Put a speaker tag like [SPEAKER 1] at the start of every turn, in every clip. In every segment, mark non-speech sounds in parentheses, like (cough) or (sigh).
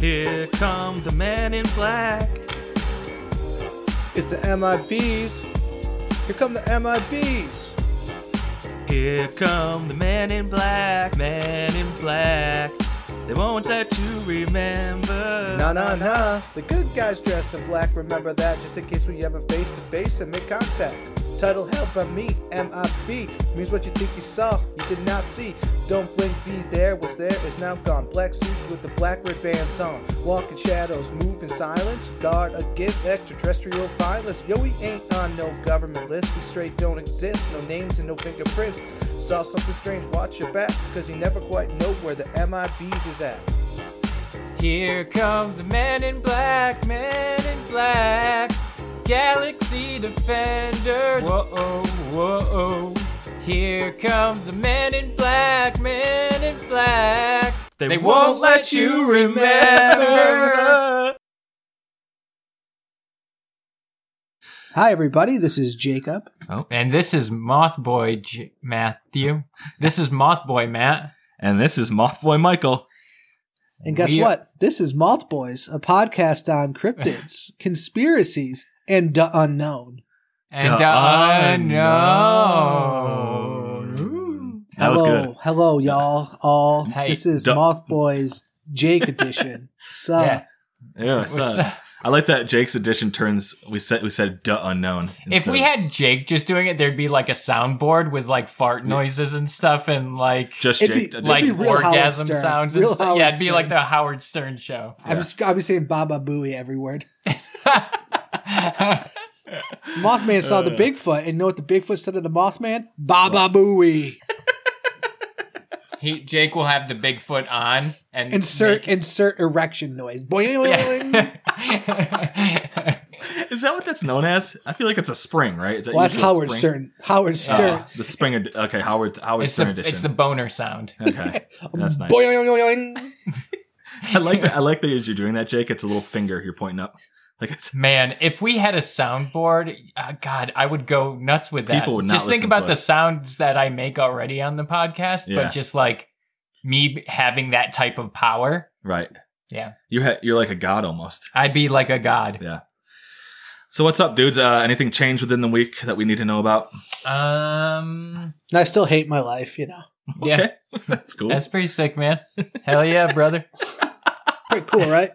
[SPEAKER 1] Here come the men in black.
[SPEAKER 2] It's the MIBs. Here come the MIBs.
[SPEAKER 1] Here come the men in black. Men in black. They won't let you remember.
[SPEAKER 2] Nah, nah, nah. The good guys dress in black. Remember that just in case we ever face to face and make contact. Title held by me, M.I.B. Means what you think you saw, you did not see. Don't blink, be there. What's there is now gone. Black suits with the black red bands on. Walking shadows, move in silence. Guard against extraterrestrial violence. Yo, we ain't on no government list. We straight don't exist. No names and no fingerprints. Saw something strange, watch your back, because you never quite know where the MIBs is at.
[SPEAKER 1] Here come the men in black. Men in black. Galaxy defenders. Whoa, whoa. Here come the men in black. Men in black. They, won't let you remember.
[SPEAKER 2] Hi, everybody. This is Jacob.
[SPEAKER 3] Oh, and this is Mothboy J- Matthew. This is Mothboy Matt.
[SPEAKER 1] And this is Mothboy Michael.
[SPEAKER 2] And guess
[SPEAKER 3] We-
[SPEAKER 2] what? This is Moth Boys, a podcast on cryptids,
[SPEAKER 1] (laughs)
[SPEAKER 2] conspiracies, and the unknown.
[SPEAKER 3] And
[SPEAKER 1] The
[SPEAKER 3] uh, no.
[SPEAKER 1] unknown.
[SPEAKER 3] Ooh.
[SPEAKER 1] That was
[SPEAKER 2] hello,
[SPEAKER 1] good.
[SPEAKER 2] hello, y'all. All
[SPEAKER 3] Hey,
[SPEAKER 2] this is
[SPEAKER 1] duh.
[SPEAKER 2] Moth Boys Jake
[SPEAKER 1] (laughs)
[SPEAKER 2] edition. So
[SPEAKER 3] Yeah.
[SPEAKER 1] Yeah,
[SPEAKER 3] What's up?
[SPEAKER 1] I like that Jake's edition turns. We said we said duh unknown.
[SPEAKER 3] If we
[SPEAKER 1] instead of
[SPEAKER 3] had Jake just doing it, there'd be like a soundboard with like fart noises and stuff and like
[SPEAKER 1] just
[SPEAKER 2] It'd be-
[SPEAKER 1] Jake,
[SPEAKER 2] it'd
[SPEAKER 3] (laughs) like
[SPEAKER 2] be real Howard
[SPEAKER 3] orgasm
[SPEAKER 2] Stern.
[SPEAKER 3] sounds
[SPEAKER 2] Real
[SPEAKER 3] and stuff. Yeah,
[SPEAKER 2] Howard
[SPEAKER 3] it'd be
[SPEAKER 2] Stern.
[SPEAKER 3] like the Howard Stern show. (laughs)
[SPEAKER 2] I'm just I'll be saying Baba Booey every word.
[SPEAKER 3] That's
[SPEAKER 2] Mothman saw
[SPEAKER 1] Uh.
[SPEAKER 2] the Bigfoot, and know what the Bigfoot said to the Mothman? Baba Booey.
[SPEAKER 3] He Jake will have the Bigfoot on and
[SPEAKER 2] Insert
[SPEAKER 3] make-
[SPEAKER 2] insert erection noise. Boing.
[SPEAKER 3] (laughs) Yeah.
[SPEAKER 1] Is that what that's known as? I feel like it's a spring, right? Is that
[SPEAKER 2] Well, that's
[SPEAKER 1] usually a
[SPEAKER 2] Howard
[SPEAKER 1] spring?
[SPEAKER 2] Stern. Howard
[SPEAKER 1] Ah,
[SPEAKER 2] Stern.
[SPEAKER 1] the spring. Ed- okay, Howard. Howard
[SPEAKER 3] it's
[SPEAKER 1] Stern
[SPEAKER 3] the
[SPEAKER 1] edition.
[SPEAKER 3] it's the boner sound.
[SPEAKER 2] (laughs)
[SPEAKER 1] okay, that's
[SPEAKER 3] (laughs)
[SPEAKER 2] Um,
[SPEAKER 1] nice.
[SPEAKER 2] Boing.
[SPEAKER 1] I like that. I like that as you're doing that, Jake. It's a little finger you're pointing up. Like it's
[SPEAKER 3] Man, if we had a soundboard, uh, God, I would go nuts with that.
[SPEAKER 1] People would not
[SPEAKER 3] just think
[SPEAKER 1] listen
[SPEAKER 3] about
[SPEAKER 1] to
[SPEAKER 3] the
[SPEAKER 1] us.
[SPEAKER 3] sounds that I make already on the podcast,
[SPEAKER 1] Yeah.
[SPEAKER 3] but just like me having that type of power,
[SPEAKER 1] right.
[SPEAKER 3] Yeah.
[SPEAKER 1] You ha- you're like a god almost.
[SPEAKER 3] I'd be like a god.
[SPEAKER 1] Yeah. So what's up, dudes? Uh, anything changed within the week that we need to know about?
[SPEAKER 3] Um,
[SPEAKER 2] And I still hate my life, you know.
[SPEAKER 3] yeah,
[SPEAKER 1] Okay, (laughs) that's cool.
[SPEAKER 3] that's pretty sick, man. Hell yeah,
[SPEAKER 1] (laughs)
[SPEAKER 3] brother.
[SPEAKER 2] Pretty cool, right?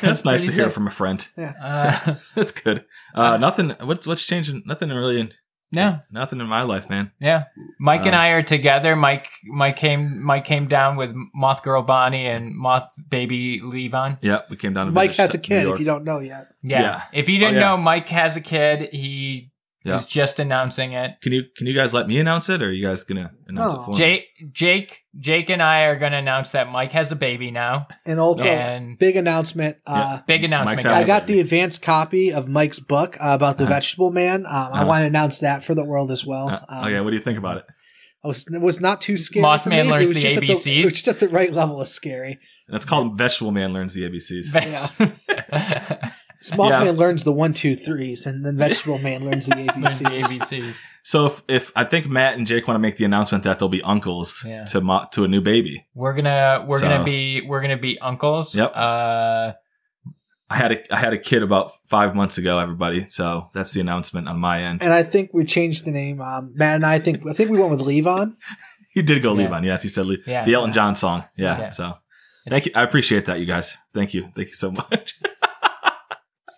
[SPEAKER 1] That's nice to
[SPEAKER 3] pretty
[SPEAKER 1] hear
[SPEAKER 3] sick.
[SPEAKER 1] from a friend.
[SPEAKER 3] Uh,
[SPEAKER 1] (laughs) That's good. Uh, nothing. What's what's changing? Nothing really.
[SPEAKER 3] no,
[SPEAKER 1] Nothing in my life, man.
[SPEAKER 3] Yeah, Mike and
[SPEAKER 1] Uh,
[SPEAKER 3] I are together. Mike, Mike came, Mike came down with Moth Girl Bonnie and Moth Baby Levon.
[SPEAKER 1] Yeah, we came down to
[SPEAKER 2] Mike
[SPEAKER 1] visit
[SPEAKER 2] has a
[SPEAKER 1] New
[SPEAKER 2] kid,
[SPEAKER 1] York.
[SPEAKER 2] if you don't know yet.
[SPEAKER 3] Yeah.
[SPEAKER 1] Yeah.
[SPEAKER 3] If you didn't
[SPEAKER 1] Oh, yeah.
[SPEAKER 3] know, Mike has a kid. He
[SPEAKER 1] Yeah.
[SPEAKER 3] was just announcing it.
[SPEAKER 1] Can you can you guys let me announce it, or are you guys gonna announce
[SPEAKER 2] No.
[SPEAKER 1] it for me?
[SPEAKER 3] Jake, Jake, Jake, and I are going to announce that Mike has a baby now.
[SPEAKER 2] And also,
[SPEAKER 3] and
[SPEAKER 2] big announcement. Uh,
[SPEAKER 3] big announcement.
[SPEAKER 1] Oh. Mike's
[SPEAKER 3] guys.
[SPEAKER 2] I
[SPEAKER 1] having
[SPEAKER 2] got the advanced copy of Mike's book uh, about the
[SPEAKER 1] Uh-huh.
[SPEAKER 2] vegetable man. Um, I
[SPEAKER 1] Uh-huh.
[SPEAKER 2] want to announce that for the world as well.
[SPEAKER 1] Uh,
[SPEAKER 2] Um,
[SPEAKER 1] okay, what do you think about it?
[SPEAKER 2] I was, it was not too scary. for
[SPEAKER 3] Mothman
[SPEAKER 2] me. It
[SPEAKER 3] learns
[SPEAKER 2] was
[SPEAKER 3] the
[SPEAKER 2] just at
[SPEAKER 3] ABCs.
[SPEAKER 2] it was just at the right level of scary.
[SPEAKER 1] And it's called Vegetable Man Learns the ABCs.
[SPEAKER 2] Yeah.
[SPEAKER 3] (laughs) the
[SPEAKER 2] So Mothman
[SPEAKER 1] Yeah.
[SPEAKER 2] learns the one, two, threes, and then vegetable man learns
[SPEAKER 3] (laughs)
[SPEAKER 2] the ABCs.
[SPEAKER 3] ABCs.
[SPEAKER 1] so if, if I think Matt and Jake want to make the announcement that they'll be uncles
[SPEAKER 3] Yeah.
[SPEAKER 1] to mo- to a new baby.
[SPEAKER 3] We're gonna, we're
[SPEAKER 1] So-
[SPEAKER 3] gonna be, we're gonna be uncles.
[SPEAKER 1] Yep.
[SPEAKER 3] Uh,
[SPEAKER 1] I had a I had a kid about five months ago, everybody. So that's the announcement on my end.
[SPEAKER 2] and I think we changed the name. Um, Matt and I think I think we went with Levon.
[SPEAKER 1] He did go
[SPEAKER 3] Yeah.
[SPEAKER 1] Levon, yes. He said Le-
[SPEAKER 3] Yeah.
[SPEAKER 1] the Elton John song. Yeah.
[SPEAKER 3] Yeah.
[SPEAKER 1] So thank you. I appreciate that, you guys. Thank you. Thank you so (laughs) much,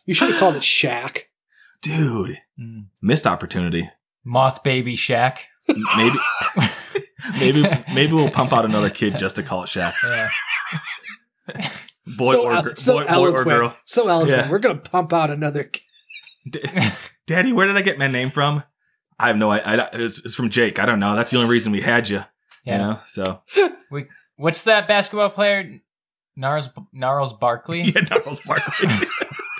[SPEAKER 2] You should have called it Shaq.
[SPEAKER 1] dude.
[SPEAKER 3] mm,
[SPEAKER 1] Missed opportunity.
[SPEAKER 3] Moth Baby Shack.
[SPEAKER 1] Maybe (laughs) maybe maybe we'll pump out another kid just to call it Shaq.
[SPEAKER 3] Yeah.
[SPEAKER 1] Boy
[SPEAKER 2] so,
[SPEAKER 1] or
[SPEAKER 2] uh,
[SPEAKER 1] gir-
[SPEAKER 2] so
[SPEAKER 1] (laughs) boy, boy or
[SPEAKER 2] eloquent.
[SPEAKER 1] girl.
[SPEAKER 2] So eloquent.
[SPEAKER 1] Yeah.
[SPEAKER 2] We're gonna pump out another. kid.
[SPEAKER 1] D- Daddy, where did I get my name from? I have no idea. It's, it's from Jake. I don't know. That's the only reason we had you.
[SPEAKER 3] Yeah.
[SPEAKER 1] You know. So
[SPEAKER 3] What's that basketball player? Gnarls Gnarls Barkley. (laughs)
[SPEAKER 1] (laughs) yeah, Gnarls Barkley.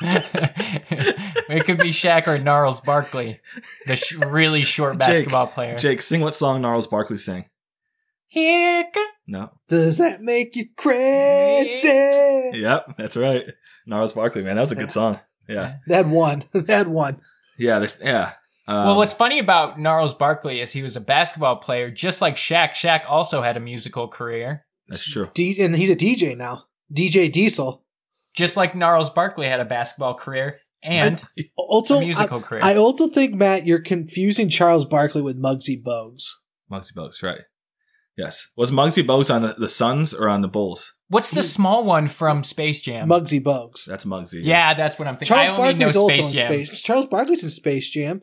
[SPEAKER 1] (laughs)
[SPEAKER 3] it could be Shaq or Gnarls Barkley, the sh- really short
[SPEAKER 1] Jake,
[SPEAKER 3] basketball player.
[SPEAKER 1] Jake, sing what song Gnarls Barkley sang.
[SPEAKER 3] Here co-
[SPEAKER 1] No.
[SPEAKER 2] Does that make you
[SPEAKER 1] (laughs)
[SPEAKER 2] crazy?
[SPEAKER 1] Yep, that's right. Gnarls Barkley, man, that was a
[SPEAKER 2] Yeah.
[SPEAKER 1] good song. Yeah,
[SPEAKER 2] They had one. (laughs) They had one.
[SPEAKER 1] yeah, there's- yeah. Um,
[SPEAKER 3] well, what's funny about Gnarls Barkley is he was a basketball player, just like Shaq. Shaq also had a musical career.
[SPEAKER 1] that's true.
[SPEAKER 2] D- and he's a DJ now. DJ Diesel.
[SPEAKER 3] Just like Gnarls Barkley had a basketball career and
[SPEAKER 2] Also,
[SPEAKER 3] a musical career.
[SPEAKER 2] I, I also think Matt, you're confusing Charles Barkley with Muggsy Bogues.
[SPEAKER 1] Muggsy Bogues, right? Yes. Was Muggsy Bogues on the, the Suns or on the Bulls?
[SPEAKER 3] What's the small one from Space Jam?
[SPEAKER 2] Muggsy Bogues.
[SPEAKER 1] That's Muggsy.
[SPEAKER 3] yeah, that's what I'm thinking.
[SPEAKER 2] Charles
[SPEAKER 3] I only
[SPEAKER 2] Barkley's
[SPEAKER 3] know
[SPEAKER 2] also
[SPEAKER 3] Space
[SPEAKER 2] in
[SPEAKER 3] Jam.
[SPEAKER 2] Space. Charles Barkley's in Space Jam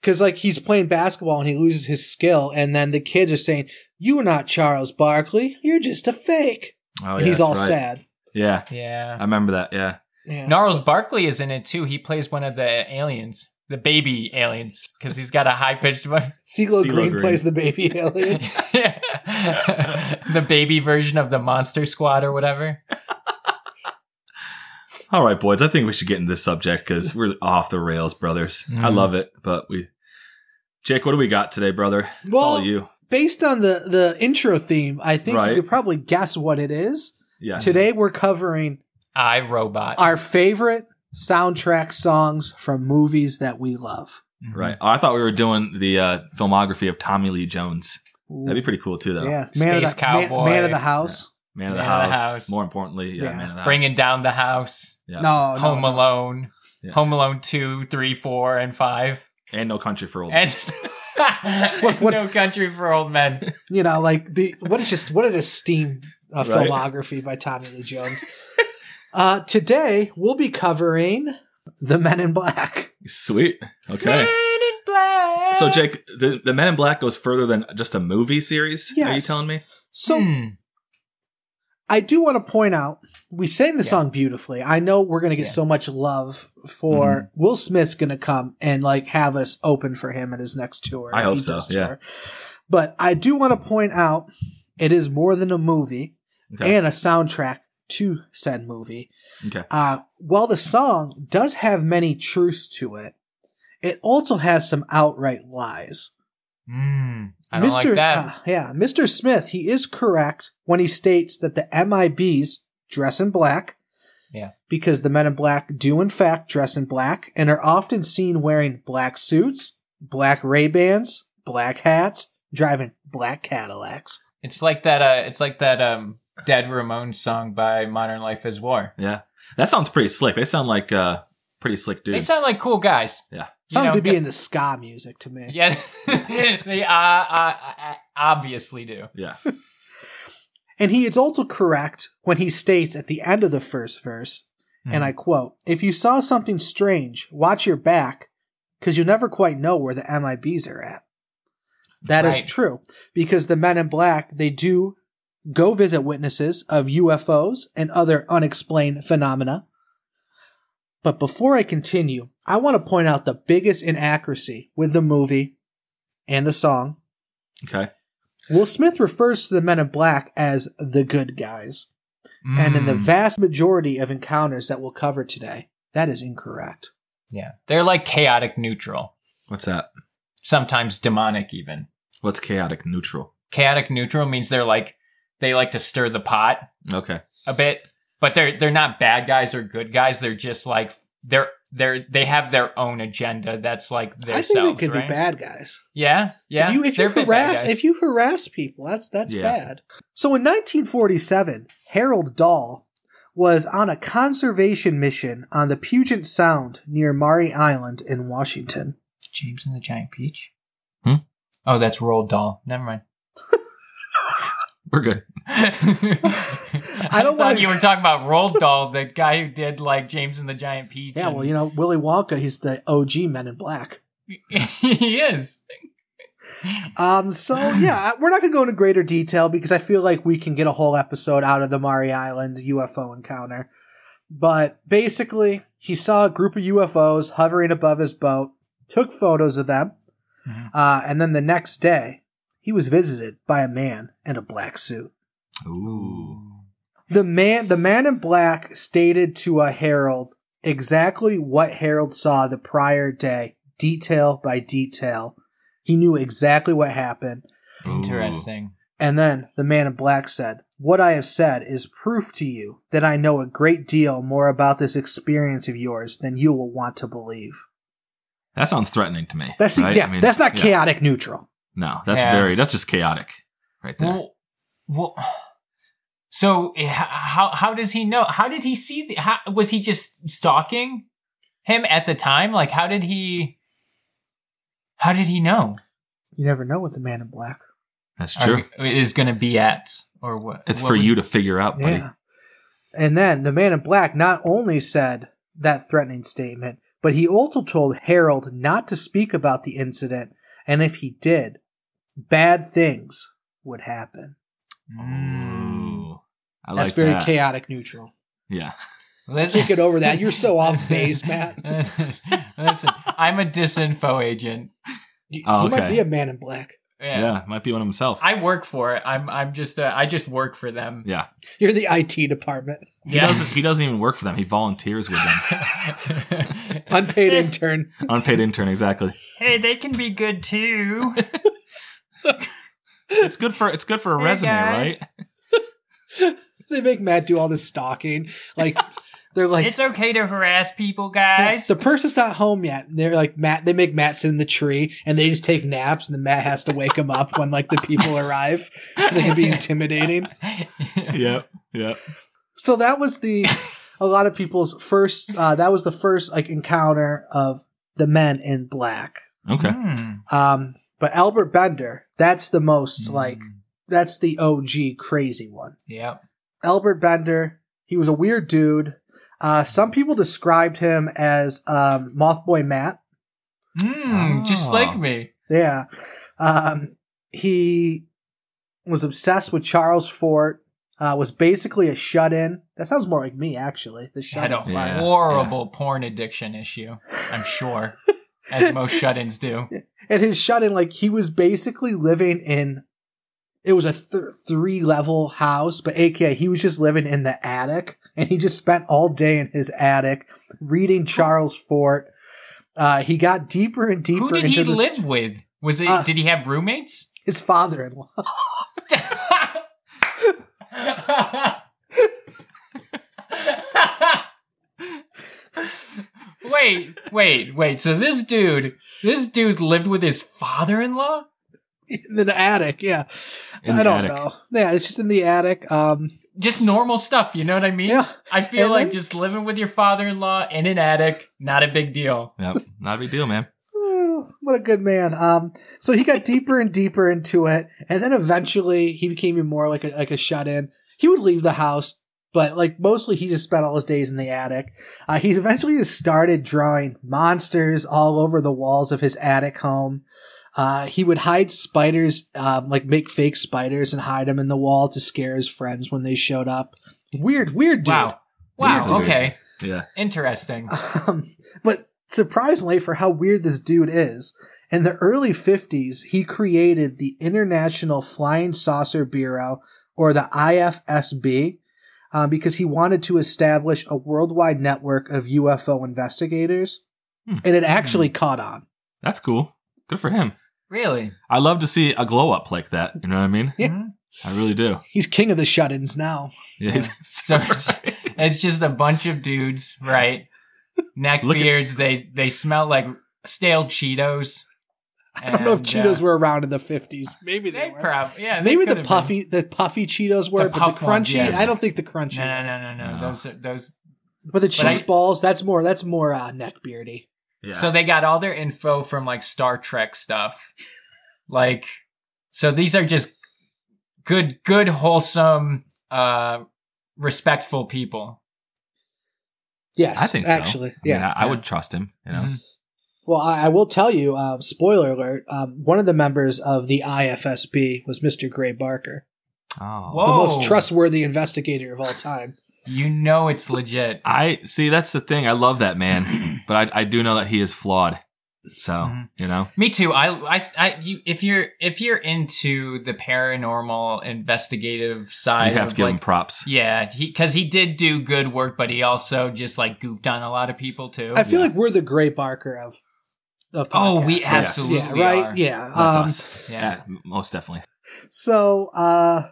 [SPEAKER 2] because like he's playing basketball and he loses his skill, and then the kids are saying, "You're not Charles Barkley. You're just a fake."
[SPEAKER 1] Oh, yeah,
[SPEAKER 2] And he's
[SPEAKER 1] that's
[SPEAKER 2] all
[SPEAKER 1] right.
[SPEAKER 2] sad.
[SPEAKER 1] Yeah. I
[SPEAKER 3] Yeah.
[SPEAKER 1] remember that. Yeah.
[SPEAKER 2] Yeah.
[SPEAKER 3] Gnarls Barkley is in it too. He plays one of the aliens, the baby aliens, because he's got a high pitched
[SPEAKER 2] (laughs)
[SPEAKER 3] voice.
[SPEAKER 2] CeeLo
[SPEAKER 1] CeeLo
[SPEAKER 2] Green,
[SPEAKER 1] Green.
[SPEAKER 2] plays the
[SPEAKER 1] (laughs)
[SPEAKER 2] baby alien.
[SPEAKER 3] (laughs) the baby version of the Monster Squad or whatever.
[SPEAKER 1] All right, boys. I think we should get into this subject because we're off the rails, brothers. I
[SPEAKER 3] Mhm.
[SPEAKER 1] love it, but we. Jake, what do we got today, brother? It's all
[SPEAKER 2] Well-
[SPEAKER 1] you.
[SPEAKER 2] Based on the the intro theme, I think
[SPEAKER 1] Right.
[SPEAKER 2] you could probably guess what it is.
[SPEAKER 1] Yes.
[SPEAKER 2] Today we're covering
[SPEAKER 3] I Robot.
[SPEAKER 2] our favorite soundtrack songs from movies that we love.
[SPEAKER 3] Mhm.
[SPEAKER 1] Right. Oh, I thought we were doing the uh, filmography of Tommy Lee Jones. That'd be pretty cool too, though.
[SPEAKER 2] Yeah,
[SPEAKER 3] Space
[SPEAKER 2] man of the, man-
[SPEAKER 3] Cowboy.
[SPEAKER 2] Man, of the house.
[SPEAKER 1] Man of the,
[SPEAKER 3] Man
[SPEAKER 1] house,
[SPEAKER 3] of the House.
[SPEAKER 1] More importantly, yeah,
[SPEAKER 2] Yeah.
[SPEAKER 1] Man of the
[SPEAKER 3] Bringing
[SPEAKER 1] House.
[SPEAKER 3] down the house.
[SPEAKER 1] Yeah.
[SPEAKER 2] No, no,
[SPEAKER 3] Home
[SPEAKER 2] Oh, no.
[SPEAKER 3] Alone.
[SPEAKER 1] Yeah.
[SPEAKER 3] Home Alone 2, 3, 4, and 5.
[SPEAKER 1] and No Country for Old Men.
[SPEAKER 2] (laughs)
[SPEAKER 3] And (laughs)
[SPEAKER 2] What- what-
[SPEAKER 3] No Country for Old Men.
[SPEAKER 2] you know, like the what is just what an esteemed uh,
[SPEAKER 1] Right.
[SPEAKER 2] filmography by Tommy Lee Jones. uh, today we'll be covering the Men in Black.
[SPEAKER 1] Sweet.
[SPEAKER 3] Men
[SPEAKER 1] Okay.
[SPEAKER 3] in Black.
[SPEAKER 1] So, Jake, the, the Men in Black goes further than just a movie series. Are you
[SPEAKER 2] Yes.
[SPEAKER 1] telling me?
[SPEAKER 2] So
[SPEAKER 3] Hmm.
[SPEAKER 2] I do want to point out we sang the
[SPEAKER 3] Yeah.
[SPEAKER 2] song beautifully. I know we're gonna get
[SPEAKER 3] Yeah.
[SPEAKER 2] so much love for
[SPEAKER 1] Mm-hmm.
[SPEAKER 2] Will Smith's gonna come and like have us open for him at his next tour.
[SPEAKER 1] I
[SPEAKER 2] if
[SPEAKER 1] hope
[SPEAKER 2] he
[SPEAKER 1] so,
[SPEAKER 2] does
[SPEAKER 1] yeah.
[SPEAKER 2] tour. But I do want to point out it is more than a movie.
[SPEAKER 1] Okay.
[SPEAKER 2] and a soundtrack to said movie.
[SPEAKER 1] Okay.
[SPEAKER 2] Uh, while the song does have many truths to it, it also has some outright lies.
[SPEAKER 3] Mm, I don't like that.
[SPEAKER 2] uh, yeah, Mr. Smith, he is correct when he states that the MIBs dress in black.
[SPEAKER 3] Yeah.
[SPEAKER 2] Because the men in black do, in fact, dress in black and are often seen wearing black suits, black Ray-Bans, black hats, driving black Cadillacs.
[SPEAKER 3] it's like that. Uh, it's like that. Um, Dead Ramon song by Modern Life is War.
[SPEAKER 1] yeah. That sounds pretty slick. They sound like uh, pretty slick
[SPEAKER 3] They
[SPEAKER 1] dudes.
[SPEAKER 3] sound like cool guys.
[SPEAKER 1] Yeah.
[SPEAKER 3] You
[SPEAKER 2] Something
[SPEAKER 3] know,
[SPEAKER 2] to
[SPEAKER 3] (laughs)
[SPEAKER 2] be
[SPEAKER 3] get-
[SPEAKER 2] in the ska music to me.
[SPEAKER 3] Yeah, (laughs) they uh, uh, uh, obviously do.
[SPEAKER 1] yeah.
[SPEAKER 2] And he is also correct when he states at the end of the first verse, and I quote, If you saw something strange, watch your back, because you never quite know where the MIBs are at. That is
[SPEAKER 3] Right.
[SPEAKER 2] true, because the men in black, they do go visit witnesses of UFOs and other unexplained phenomena. But before I continue, I want to point out the biggest inaccuracy with the movie and the song.
[SPEAKER 1] Okay.
[SPEAKER 2] Will Smith refers to the men in black as the good guys. And in the
[SPEAKER 3] Mm.
[SPEAKER 2] vast majority of encounters that we'll cover today, that is incorrect.
[SPEAKER 3] yeah, they're like chaotic neutral,
[SPEAKER 1] What's that?
[SPEAKER 3] sometimes demonic even.
[SPEAKER 1] What's chaotic neutral?
[SPEAKER 3] Chaotic neutral means they're like they like to stir the pot
[SPEAKER 1] Okay.
[SPEAKER 3] a bit, but they're they're not bad guys or good guys. They're just like they're they're they have their own agenda. That's like
[SPEAKER 2] I think
[SPEAKER 3] themselves,
[SPEAKER 2] they could
[SPEAKER 3] right?
[SPEAKER 2] be bad guys.
[SPEAKER 3] Yeah, yeah.
[SPEAKER 2] If you if you
[SPEAKER 3] they're bad
[SPEAKER 2] harass
[SPEAKER 3] guys.
[SPEAKER 2] if you harass people, that's that's
[SPEAKER 1] Yeah.
[SPEAKER 2] bad. So in 1947, Harold Dahl was on a conservation mission on the Puget Sound near Maury Island in Washington.
[SPEAKER 3] James and the Giant Peach.
[SPEAKER 1] Hmm?
[SPEAKER 3] Oh, that's Roald Dahl. Never mind. (laughs)
[SPEAKER 1] We're good.
[SPEAKER 3] I,
[SPEAKER 2] don't
[SPEAKER 3] thought
[SPEAKER 2] wanna-
[SPEAKER 3] you were talking about Roald Dahl, the guy who did like James and the Giant Peach.
[SPEAKER 2] Yeah,
[SPEAKER 3] and-
[SPEAKER 2] well, you know, Willy Wonka, he's the OG Men in Black.
[SPEAKER 3] (laughs) he is.
[SPEAKER 2] Um, so yeah, we're not gonna go into greater detail because I feel like we can get a whole episode out of the Mari Island UFO encounter. But basically, he saw a group of UFOs hovering above his boat, took photos of them,
[SPEAKER 3] Mhm.
[SPEAKER 2] uh, and then the next day, he was visited by a man in a black suit.
[SPEAKER 1] Ooh.
[SPEAKER 2] The man, the man in black, stated to a herald exactly what Harold saw the prior day, detail by detail. He knew exactly what happened.
[SPEAKER 3] Interesting.
[SPEAKER 2] And then the man in black said, What I have said is proof to you that I know a great deal more about this experience of yours than you will want to believe.
[SPEAKER 1] That sounds threatening to me.
[SPEAKER 2] That's
[SPEAKER 1] right?
[SPEAKER 2] yeah,
[SPEAKER 1] I mean,
[SPEAKER 2] that's not
[SPEAKER 1] yeah.
[SPEAKER 2] chaotic neutral.
[SPEAKER 1] No, that's
[SPEAKER 3] Yeah.
[SPEAKER 1] very, that's just chaotic right there.
[SPEAKER 3] Well, well, So eh, h- how how does he know? How did he see? The, how, was he just stalking him at the time? Like how did he? How did he know?
[SPEAKER 2] You never know with the man in black.
[SPEAKER 1] That's
[SPEAKER 3] Are
[SPEAKER 1] true.
[SPEAKER 3] we- is going to be at or what?
[SPEAKER 1] It's
[SPEAKER 3] what
[SPEAKER 1] for
[SPEAKER 3] was-
[SPEAKER 1] you to figure out, buddy.
[SPEAKER 2] Yeah. And then the man in black not only said that threatening statement, but he also told Harold not to speak about the incident, and if he did, bad things would happen.
[SPEAKER 3] Mm.
[SPEAKER 1] Ooh. I like
[SPEAKER 4] That's very
[SPEAKER 1] that.
[SPEAKER 4] chaotic neutral.
[SPEAKER 1] yeah.
[SPEAKER 3] Let's-
[SPEAKER 4] Can't get over that. You're so
[SPEAKER 3] (laughs)
[SPEAKER 4] off base, Matt.
[SPEAKER 3] Listen, I'm a disinfo agent.
[SPEAKER 4] You,
[SPEAKER 1] Oh,
[SPEAKER 4] you might
[SPEAKER 1] okay.
[SPEAKER 4] be a man in black.
[SPEAKER 1] yeah,
[SPEAKER 3] Yeah.
[SPEAKER 1] might be one himself.
[SPEAKER 3] I work for it. I'm I'm just uh, I just work for them.
[SPEAKER 1] Yeah.
[SPEAKER 4] You're the IT department.
[SPEAKER 3] (laughs)
[SPEAKER 1] He doesn't. He doesn't even work for them. He volunteers with them.
[SPEAKER 4] Unpaid intern.
[SPEAKER 1] Unpaid intern, exactly.
[SPEAKER 3] hey, they can be good too.
[SPEAKER 1] It's good for. It's good for a
[SPEAKER 3] Hey,
[SPEAKER 1] resume,
[SPEAKER 3] guys.
[SPEAKER 1] right?
[SPEAKER 4] They make Matt do all this stalking. Like they're like
[SPEAKER 3] it's okay to harass people,
[SPEAKER 4] Yeah,
[SPEAKER 3] guys.
[SPEAKER 4] the
[SPEAKER 3] (laughs)
[SPEAKER 4] person's not home yet. They're like Matt. They make Matt sit in the tree, and they just take naps, and then Matt has to wake him up when like the people arrive, so they can be intimidating.
[SPEAKER 1] Yep. Yep.
[SPEAKER 2] So that was the a lot of people's first. Uh, that was the first like encounter of the men in black.
[SPEAKER 1] Okay.
[SPEAKER 3] Hmm.
[SPEAKER 2] Um, but Albert Bender, that's the
[SPEAKER 3] Mm.
[SPEAKER 2] most like that's the OG crazy one.
[SPEAKER 3] Yep.
[SPEAKER 2] Albert Bender. He was a weird dude. Uh, some people described him as um, Mothboy Matt.
[SPEAKER 3] Mm, Just
[SPEAKER 1] Oh.
[SPEAKER 3] like me.
[SPEAKER 2] Yeah. Um, he was obsessed with Charles Fort, uh, was basically a shut in. That sounds more like me, actually. The shut
[SPEAKER 3] Had a
[SPEAKER 2] in.
[SPEAKER 1] Yeah, yeah.
[SPEAKER 3] horrible porn addiction issue. I'm sure, as most shut-ins do.
[SPEAKER 2] And his shut in, like, he was basically living in. It was a th- three level house, but AKA, he was just living in the attic. And he just spent all day in his attic reading Charles Fort. Uh, he got deeper and deeper
[SPEAKER 3] Who did
[SPEAKER 2] into
[SPEAKER 3] he
[SPEAKER 2] this-
[SPEAKER 3] live with? Was it?
[SPEAKER 2] Uh,
[SPEAKER 3] did he have
[SPEAKER 2] (laughs)
[SPEAKER 3] roommates?
[SPEAKER 2] his father in law.
[SPEAKER 3] wait, wait, wait. So this dude, this dude lived with his father-in-law.
[SPEAKER 2] in the attic. Yeah,
[SPEAKER 1] In
[SPEAKER 2] Mm-hmm. I
[SPEAKER 1] the
[SPEAKER 2] don't
[SPEAKER 1] attic.
[SPEAKER 2] know. Yeah, it's just in the attic. Um,
[SPEAKER 3] Just normal stuff, you know what I mean?
[SPEAKER 2] yeah,
[SPEAKER 3] I feel
[SPEAKER 2] And
[SPEAKER 3] like
[SPEAKER 2] then-
[SPEAKER 3] just living with your father-in-law in an attic, not a big deal.
[SPEAKER 1] Yep. Not a big deal, man.
[SPEAKER 2] Ooh, what a good man. Um, so he got deeper and deeper into it, and then eventually he became even more like a like a shut in. He would leave the house, but like mostly he just spent all his days in the attic. Uh, he eventually just started drawing monsters all over the walls of his attic home. Uh, he would hide spiders, um, like make fake spiders and hide them in the wall to scare his friends when they showed up. Weird, weird dude.
[SPEAKER 3] Wow. Wow,
[SPEAKER 1] Weird dude.
[SPEAKER 3] okay.
[SPEAKER 1] Yeah.
[SPEAKER 3] Interesting.
[SPEAKER 2] Um, but surprisingly, for how weird this dude is, in the early 50s, he created the International Flying Saucer Bureau, or the IFSB, uh, because he wanted to establish a worldwide network of UFO investigators.
[SPEAKER 1] Hmm.
[SPEAKER 2] And it actually caught on.
[SPEAKER 1] That's cool. Good for him.
[SPEAKER 3] Really?
[SPEAKER 1] I love to see a glow up like that. You know what I mean?
[SPEAKER 2] (laughs) Yeah.
[SPEAKER 3] Mhm.
[SPEAKER 1] I really do.
[SPEAKER 2] He's king of the shut ins now.
[SPEAKER 1] Yeah. he's-
[SPEAKER 3] So it's, it's just a bunch of dudes, right? Neck
[SPEAKER 1] Look at-
[SPEAKER 3] beards, they they smell like stale Cheetos. uh,
[SPEAKER 2] I don't know if Cheetos were around in the 50s.
[SPEAKER 4] Maybe
[SPEAKER 3] They
[SPEAKER 4] they were.
[SPEAKER 3] prob- yeah, they
[SPEAKER 2] Maybe
[SPEAKER 3] could
[SPEAKER 2] the
[SPEAKER 3] have been.
[SPEAKER 2] puffy, the puffy Cheetos were, but
[SPEAKER 3] puff
[SPEAKER 2] the
[SPEAKER 3] ones,
[SPEAKER 2] crunchy.
[SPEAKER 3] yeah.
[SPEAKER 2] I don't think the crunchy.
[SPEAKER 3] No, no, no, no, no.
[SPEAKER 1] No.
[SPEAKER 3] Those, are, those.
[SPEAKER 2] But the cheese
[SPEAKER 3] But I-
[SPEAKER 2] balls, that's more. That's more uh, neckbeardy.
[SPEAKER 1] (laughs) yeah.
[SPEAKER 3] So they got all their info from like Star Trek stuff. Like, so these are just good, good, wholesome, uh, respectful people.
[SPEAKER 2] Yes,
[SPEAKER 1] I think so.
[SPEAKER 2] actually,
[SPEAKER 1] I mean,
[SPEAKER 2] yeah.
[SPEAKER 1] I, I would trust him. You know.
[SPEAKER 3] Mhm.
[SPEAKER 2] well, I, I will tell you. Uh, spoiler alert: um, one of the members of the IFSB was Mr. Gray Barker,
[SPEAKER 1] Oh.
[SPEAKER 3] Whoa.
[SPEAKER 2] the
[SPEAKER 3] Oh.
[SPEAKER 2] most trustworthy investigator of all time.
[SPEAKER 3] You know it's legit.
[SPEAKER 1] I see. That's the thing. I love that man, but I, I do know that he is flawed. So
[SPEAKER 3] Mhm.
[SPEAKER 1] you know.
[SPEAKER 3] Me too. I, I, I, you, if you're if you're into the paranormal investigative side,
[SPEAKER 1] You have
[SPEAKER 3] of,
[SPEAKER 1] to give
[SPEAKER 3] like,
[SPEAKER 1] him props.
[SPEAKER 3] Yeah, he because he did do good work, but he also just like goofed on a lot of people too.
[SPEAKER 2] I feel
[SPEAKER 1] Oh, Yeah.
[SPEAKER 2] like we're the Gray Barker of. of
[SPEAKER 3] Oh, we
[SPEAKER 2] podcasters.
[SPEAKER 3] absolutely
[SPEAKER 2] yeah, right,
[SPEAKER 3] are.
[SPEAKER 2] yeah.
[SPEAKER 1] That's
[SPEAKER 2] um,
[SPEAKER 1] us.
[SPEAKER 3] yeah.
[SPEAKER 1] yeah, most definitely.
[SPEAKER 2] So, uh,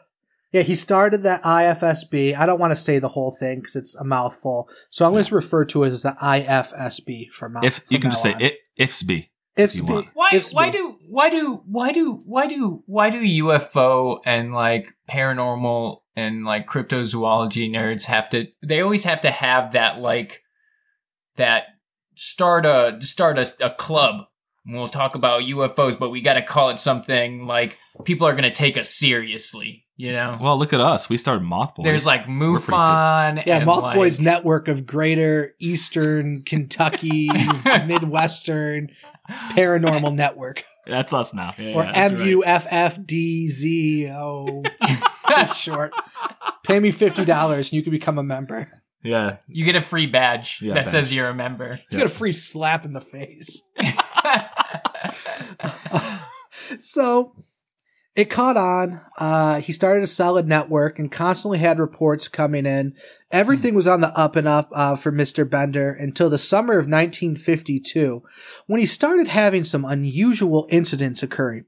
[SPEAKER 2] yeah, he started that IFSB. I don't want to say the whole thing because it's a mouthful, so I'm going to refer to it as the IFSB for mouth.
[SPEAKER 1] If you
[SPEAKER 2] from
[SPEAKER 1] can just
[SPEAKER 2] now
[SPEAKER 1] say
[SPEAKER 2] on.
[SPEAKER 1] it, ifsb.
[SPEAKER 2] IFSB.
[SPEAKER 1] you want.
[SPEAKER 3] Why?
[SPEAKER 2] IFSB.
[SPEAKER 3] Why do? Why do? Why do? Why do? Why do UFO and like paranormal and like cryptozoology nerds have to they always have to have that like that start a start a, a club and we'll talk about UFOs, but we got to call it something like people are going to take us seriously, you know.
[SPEAKER 5] Well, look at us. We started Moth Boys.
[SPEAKER 3] There's like
[SPEAKER 5] pretty ser-
[SPEAKER 3] MUFON.
[SPEAKER 2] Yeah,
[SPEAKER 3] and,
[SPEAKER 2] Moth
[SPEAKER 3] like-
[SPEAKER 2] Boys network of greater Eastern
[SPEAKER 5] (laughs)
[SPEAKER 2] Kentucky Midwestern
[SPEAKER 5] (laughs)
[SPEAKER 2] paranormal network
[SPEAKER 5] that's us now. Yeah,
[SPEAKER 2] or
[SPEAKER 5] yeah, that's right. (laughs)
[SPEAKER 2] MUFFDZO for short. Pay me fifty dollars and you can become a member.
[SPEAKER 5] Yeah,
[SPEAKER 3] (laughs) You get a free badge
[SPEAKER 5] Yeah,
[SPEAKER 3] that
[SPEAKER 5] badge.
[SPEAKER 3] says you're a member. (laughs)
[SPEAKER 5] Yeah.
[SPEAKER 2] You get a free slap in the face. so it caught on. Uh, he started a solid network and constantly had reports coming in.
[SPEAKER 3] Hmm.
[SPEAKER 2] Everything was on the up and up uh, for Mr. Bender until the summer of 1952 when he started having some unusual incidents occurring.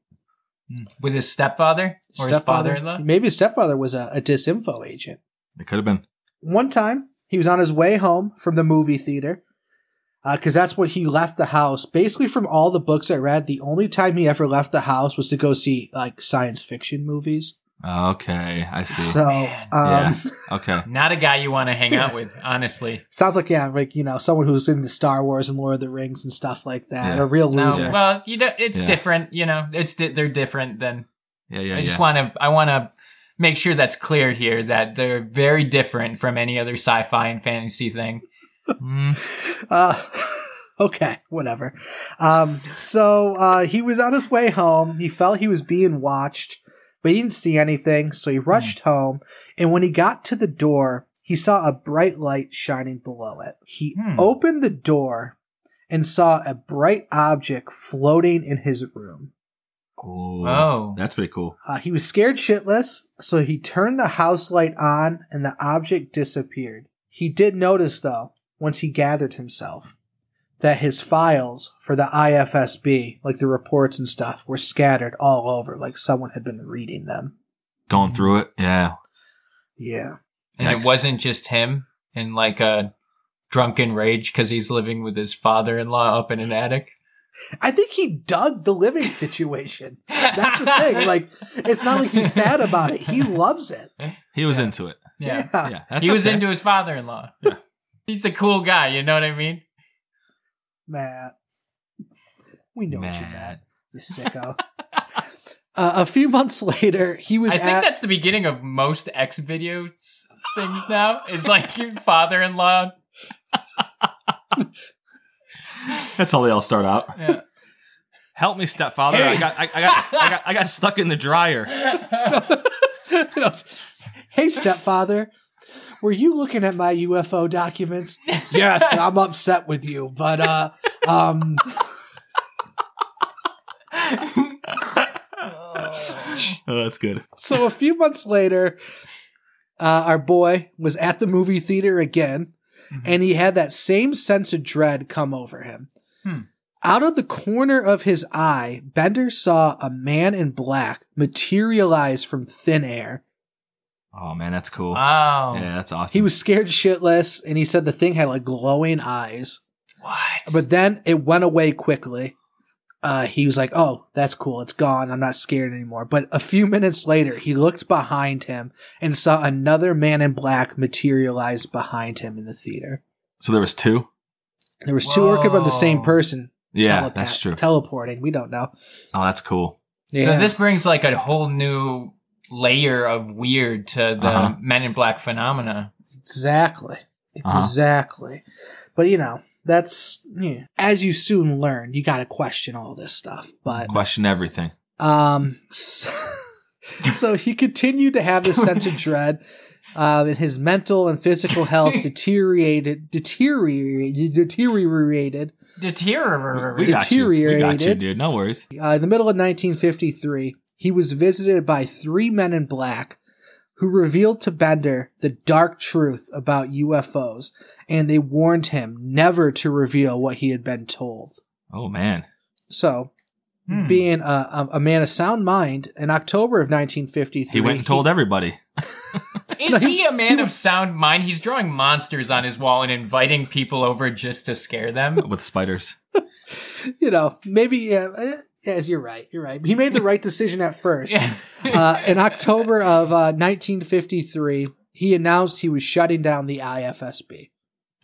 [SPEAKER 3] With his stepfather or his father-in-law.
[SPEAKER 2] Maybe his stepfather was a, a disinfo agent.
[SPEAKER 5] it could have been.
[SPEAKER 2] One time, he was on his way home from the movie theater because that's what he left the house. Basically, from all the books I read, the only time he ever left the house was to go see like science fiction movies.
[SPEAKER 5] Okay, I see.
[SPEAKER 2] So, um,
[SPEAKER 3] Oh, Man.
[SPEAKER 5] Yeah. okay,
[SPEAKER 3] Not a guy you want to
[SPEAKER 5] (laughs)
[SPEAKER 3] hang out with, honestly.
[SPEAKER 2] sounds like yeah, like you know, someone who's into Star Wars and Lord of the Rings and stuff like that.
[SPEAKER 5] Yeah.
[SPEAKER 2] A real
[SPEAKER 3] No,
[SPEAKER 2] loser.
[SPEAKER 3] well, you do, it's
[SPEAKER 5] Yeah.
[SPEAKER 3] different, you know. It's di- they're different than
[SPEAKER 5] yeah, yeah,
[SPEAKER 3] I just
[SPEAKER 5] yeah.
[SPEAKER 3] want to I want to make sure that's clear here that they're very different from any other sci-fi and fantasy thing.
[SPEAKER 5] (laughs)
[SPEAKER 3] Mm.
[SPEAKER 2] Uh, (laughs) okay, whatever. Um, so uh, he was on his way home. He felt he was being watched, but he didn't see anything. So
[SPEAKER 3] Hmm.
[SPEAKER 2] he rushed home. And when he got to the door, he saw a bright light shining below it. He
[SPEAKER 3] Hmm.
[SPEAKER 2] opened the door and saw a bright object floating in his room.
[SPEAKER 5] Ooh,
[SPEAKER 3] Oh.
[SPEAKER 5] that's pretty cool.
[SPEAKER 2] Uh, he was scared shitless, so he turned the house light on and the object disappeared. He did notice, though, once he gathered himself, that his files for the IFSB, like the reports and stuff, were scattered all over, like someone had been reading them.
[SPEAKER 5] Going through it, yeah.
[SPEAKER 2] Yeah.
[SPEAKER 3] And
[SPEAKER 5] Yikes.
[SPEAKER 3] it wasn't just him in like a drunken rage cuz he's living with his father-in-law up in an attic.
[SPEAKER 2] I think he dug the living situation. That's the
[SPEAKER 3] (laughs)
[SPEAKER 2] thing. Like, it's not like he's sad about it. He loves it.
[SPEAKER 5] He was
[SPEAKER 3] Yeah.
[SPEAKER 5] into it.
[SPEAKER 3] yeah.
[SPEAKER 5] Yeah, that's
[SPEAKER 3] he was
[SPEAKER 5] okay.
[SPEAKER 3] into his father-in-law.
[SPEAKER 5] Yeah.
[SPEAKER 3] He's a cool guy, you know what I mean?
[SPEAKER 2] Matt. We know what you
[SPEAKER 5] Matt.
[SPEAKER 2] meant,
[SPEAKER 3] (laughs)
[SPEAKER 2] you sicko. uh, a few months later, he was
[SPEAKER 3] I
[SPEAKER 2] at.
[SPEAKER 3] think
[SPEAKER 2] (laughs)
[SPEAKER 3] that's the beginning of most X videos things now. Is like your father-in-law.
[SPEAKER 5] That's how they all start out.
[SPEAKER 3] Yeah.
[SPEAKER 5] Help me, stepfather. I got, I, I got, I got, I got stuck in the dryer.
[SPEAKER 2] hey, stepfather, were you looking at my UFO
[SPEAKER 3] (laughs)
[SPEAKER 2] documents? Yes, and I'm upset with you, but uh, um,
[SPEAKER 5] Oh, that's good.
[SPEAKER 2] so a few months later, uh, our boy was at the movie theater again, and he had that same sense of dread come over him.
[SPEAKER 3] Hmm.
[SPEAKER 2] Out of the corner of his eye, Bender saw a man in black materialize from thin air.
[SPEAKER 5] Oh man, that's cool.
[SPEAKER 3] wow.
[SPEAKER 5] Yeah, that's awesome.
[SPEAKER 2] He was scared shitless, and he said the thing had like glowing eyes.
[SPEAKER 3] What?
[SPEAKER 2] But then it went away quickly. Uh, he was like, "Oh, that's cool. It's gone. I'm not scared anymore." But a few minutes later, he looked behind him and saw another man in black materialize behind him in the theater.
[SPEAKER 5] so there was two.
[SPEAKER 2] There was two working on the same
[SPEAKER 3] Whoa.
[SPEAKER 2] person.
[SPEAKER 5] Yeah,
[SPEAKER 2] telepath-
[SPEAKER 5] that's true.
[SPEAKER 2] Teleporting. We don't know.
[SPEAKER 5] oh, that's cool.
[SPEAKER 2] Yeah.
[SPEAKER 3] So this brings like a whole new layer of weird to the
[SPEAKER 5] Uh-huh.
[SPEAKER 3] Men in Black phenomena.
[SPEAKER 2] exactly,
[SPEAKER 5] Uh-huh.
[SPEAKER 2] exactly. But you know, that's yeah. as you soon learn. You got to question all this stuff. But
[SPEAKER 5] Question everything.
[SPEAKER 2] Um, so, (laughs) so he continued to have this sense of dread, um, and his mental and physical health deteriorated, deteriorated, deteriorated.
[SPEAKER 5] We
[SPEAKER 3] Deteriorated.
[SPEAKER 5] got you. We got you,
[SPEAKER 2] Deteriorated.
[SPEAKER 5] dude. No worries.
[SPEAKER 2] Uh, in the middle of 1953, he was visited by three men in black who revealed to Bender the dark truth about UFOs, and they warned him never to reveal what he had been told.
[SPEAKER 5] Oh man.
[SPEAKER 2] So,
[SPEAKER 3] Hmm.
[SPEAKER 2] being a, a, a man of sound mind, in October of 1953,
[SPEAKER 5] He went and told everybody.
[SPEAKER 3] Is he a man of sound mind? He's drawing monsters on his wall and inviting people over just to scare them.
[SPEAKER 5] with spiders.
[SPEAKER 2] you know, maybe uh, eh, Yes, you're right. You're right. He made the right decision at first. (laughs)
[SPEAKER 3] (laughs)
[SPEAKER 2] Uh, in October of uh, 1953, he announced he was shutting down the IFSB.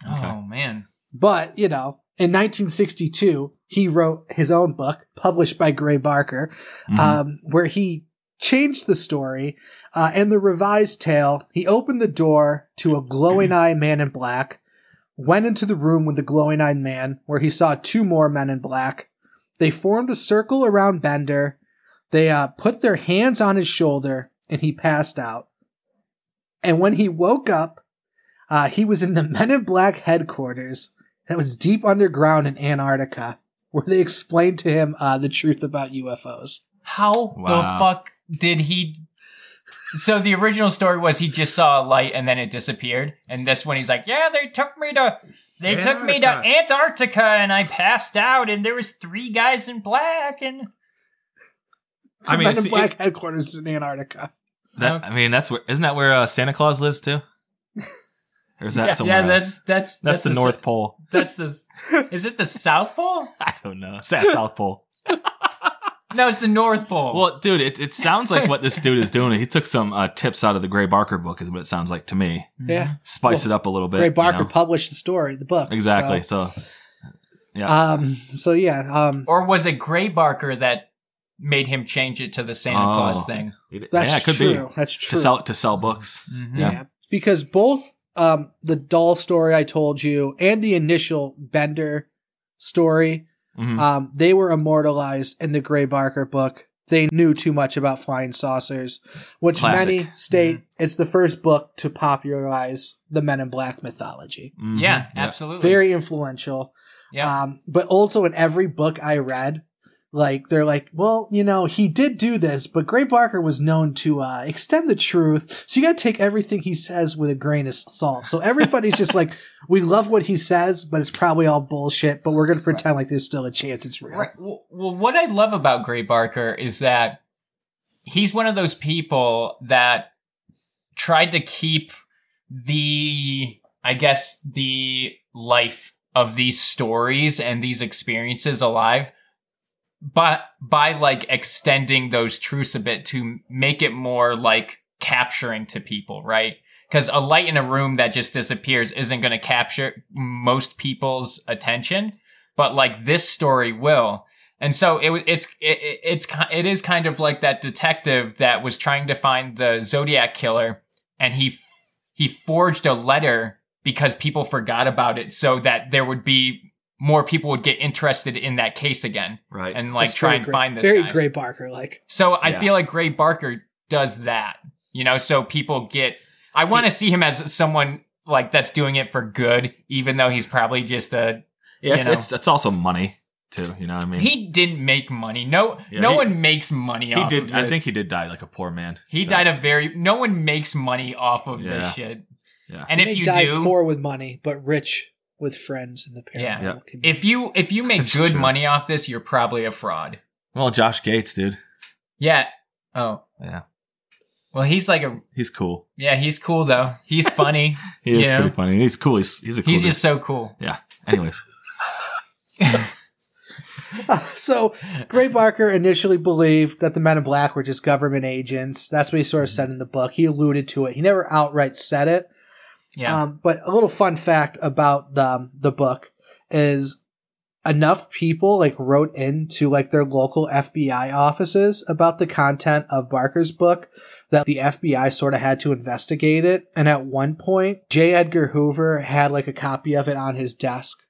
[SPEAKER 3] Oh man.
[SPEAKER 2] But, you know, in 1962, he wrote his own book, published by Gray Barker,
[SPEAKER 1] Mm-hmm.
[SPEAKER 5] Uh,
[SPEAKER 2] um, where he changed the story uh, and the revised tale. He opened the door to a glowing eyed man in black, went into the room with the glowing eyed man, where he saw two more men in black. They formed a circle around Bender. They uh, put their hands on his shoulder, and he passed out. And when he woke up, uh, he was in the (laughs) Men in Black headquarters that was deep underground in Antarctica, where they explained to him uh, the truth about UFOs.
[SPEAKER 3] How
[SPEAKER 1] Wow.
[SPEAKER 3] the fuck did he? So the original story was he just saw a light and then it disappeared, and that's when he's like, "Yeah, they took me to." They took me to Antarctica and I passed out and there was three guys in black and
[SPEAKER 2] It's
[SPEAKER 5] I
[SPEAKER 2] the
[SPEAKER 5] mean,
[SPEAKER 2] Men in
[SPEAKER 5] see,
[SPEAKER 2] Black headquarters in Antarctica.
[SPEAKER 1] That, I mean, that's where isn't that where uh, Santa Claus lives too? Or (laughs) is that somewhere?
[SPEAKER 3] yeah,
[SPEAKER 1] else?
[SPEAKER 3] that's that's
[SPEAKER 1] that's the North Pole.
[SPEAKER 3] That's the (laughs) is it the South Pole?
[SPEAKER 1] (laughs) I don't know. It's that South Pole.
[SPEAKER 3] No, it's the North Pole.
[SPEAKER 1] (laughs) Well, dude, it, it sounds like what this dude is doing. He took some uh, tips out of the Gray Barker book, is what it sounds like to me.
[SPEAKER 3] Mm-hmm.
[SPEAKER 2] Yeah.
[SPEAKER 1] Spice it up a little bit.
[SPEAKER 2] Gray
[SPEAKER 1] you
[SPEAKER 2] Barker
[SPEAKER 1] know?
[SPEAKER 2] published the story, the book.
[SPEAKER 1] Exactly.
[SPEAKER 2] So,
[SPEAKER 1] So,
[SPEAKER 2] um, so yeah, um,
[SPEAKER 3] or was it Gray Barker that made him change it to the Santa
[SPEAKER 1] Oh.
[SPEAKER 3] Claus thing?
[SPEAKER 1] it-
[SPEAKER 2] that's
[SPEAKER 1] yeah, it could
[SPEAKER 2] true.
[SPEAKER 1] be
[SPEAKER 2] That's true.
[SPEAKER 1] to sell to sell books.
[SPEAKER 3] Mm-hmm.
[SPEAKER 2] yeah. because both um, the doll story I told you and the initial Bender story,
[SPEAKER 1] Mhm.
[SPEAKER 2] um, they were immortalized in the Gray Barker book. They knew too much about flying saucers, which
[SPEAKER 1] Classic. Mm-hmm.
[SPEAKER 2] many state it's the first book to popularize the Men in Black mythology.
[SPEAKER 1] Mhm.
[SPEAKER 3] Yeah, absolutely.
[SPEAKER 2] Very influential.
[SPEAKER 3] yeah.
[SPEAKER 2] Um, but also in every book I read, like they're like, well, you know, he did do this, but Gray Barker was known to uh, extend the truth, so you got to take everything he says with a grain of salt. So everybody's
[SPEAKER 3] (laughs)
[SPEAKER 2] just like, we love what he says, but it's probably all bullshit. But we're gonna pretend like there's still a chance it's real.
[SPEAKER 3] Right. Well, well, what I love about Gray Barker is that he's one of those people that tried to keep the, I guess, the life of these stories and these experiences alive, but by like extending those truths a bit to make it more like capturing to people, right? Because a light in a room that just disappears isn't going to capture most people's attention but like this story will. And so it wa- it's it, it- it's ki- it is kind of like that detective that was trying to find the Zodiac killer, and he he forged a letter because people forgot about it, so that there would be more people would get interested in that case again,
[SPEAKER 1] Right.
[SPEAKER 3] and like
[SPEAKER 2] That's
[SPEAKER 3] try
[SPEAKER 2] very
[SPEAKER 3] and
[SPEAKER 2] Gray-
[SPEAKER 3] find this
[SPEAKER 2] Very
[SPEAKER 3] guy.
[SPEAKER 2] Gray Barker, like
[SPEAKER 3] So I
[SPEAKER 1] Yeah.
[SPEAKER 3] feel like Gray Barker does that, you know, so people get. I want to see him as someone like that's doing it for good, even though he's probably just a
[SPEAKER 1] yeah, it's,
[SPEAKER 3] you know.
[SPEAKER 1] it's it's also money too. You know what I mean?
[SPEAKER 3] He didn't make money. No,
[SPEAKER 1] Yeah,
[SPEAKER 3] no
[SPEAKER 1] he-
[SPEAKER 3] one makes money
[SPEAKER 1] He
[SPEAKER 3] off.
[SPEAKER 1] did.
[SPEAKER 3] Of
[SPEAKER 1] I
[SPEAKER 3] this.
[SPEAKER 1] think he did die like a poor man.
[SPEAKER 3] He
[SPEAKER 1] So,
[SPEAKER 3] died a very. No one makes money off of
[SPEAKER 1] Yeah.
[SPEAKER 3] this shit.
[SPEAKER 1] Yeah.
[SPEAKER 3] And
[SPEAKER 2] They
[SPEAKER 3] if you
[SPEAKER 2] die
[SPEAKER 3] do,
[SPEAKER 2] poor with money, but rich with friends in the paranormal
[SPEAKER 3] Yeah.
[SPEAKER 1] Yeah.
[SPEAKER 2] community.
[SPEAKER 3] if you if
[SPEAKER 1] (laughs)
[SPEAKER 3] you make
[SPEAKER 1] That's
[SPEAKER 3] good
[SPEAKER 1] true.
[SPEAKER 3] money off this, you're probably a fraud.
[SPEAKER 1] Well, Josh Gates, dude.
[SPEAKER 3] Yeah. Oh.
[SPEAKER 1] Yeah.
[SPEAKER 3] Well, he's like a.
[SPEAKER 1] He's cool.
[SPEAKER 3] Yeah, he's cool though.
[SPEAKER 1] (laughs)
[SPEAKER 3] He's funny.
[SPEAKER 1] He is
[SPEAKER 3] Yeah.
[SPEAKER 1] pretty funny. He's cool. He's he's a cool.
[SPEAKER 3] he's
[SPEAKER 1] dude.
[SPEAKER 3] just so
[SPEAKER 1] (laughs)
[SPEAKER 3] cool.
[SPEAKER 1] Anyways,
[SPEAKER 2] (laughs) so Gray Barker initially believed that the Men in Black were just government agents. That's what he sort of said in the book. He alluded to it. He never outright said it.
[SPEAKER 3] Yeah.
[SPEAKER 2] Um, but a little fun fact about um, the book is enough people like wrote in to like their local FBI offices about the content of Barker's book that the FBI sort of had to investigate it. And at one point, J. Edgar Hoover had like a copy of it on his desk.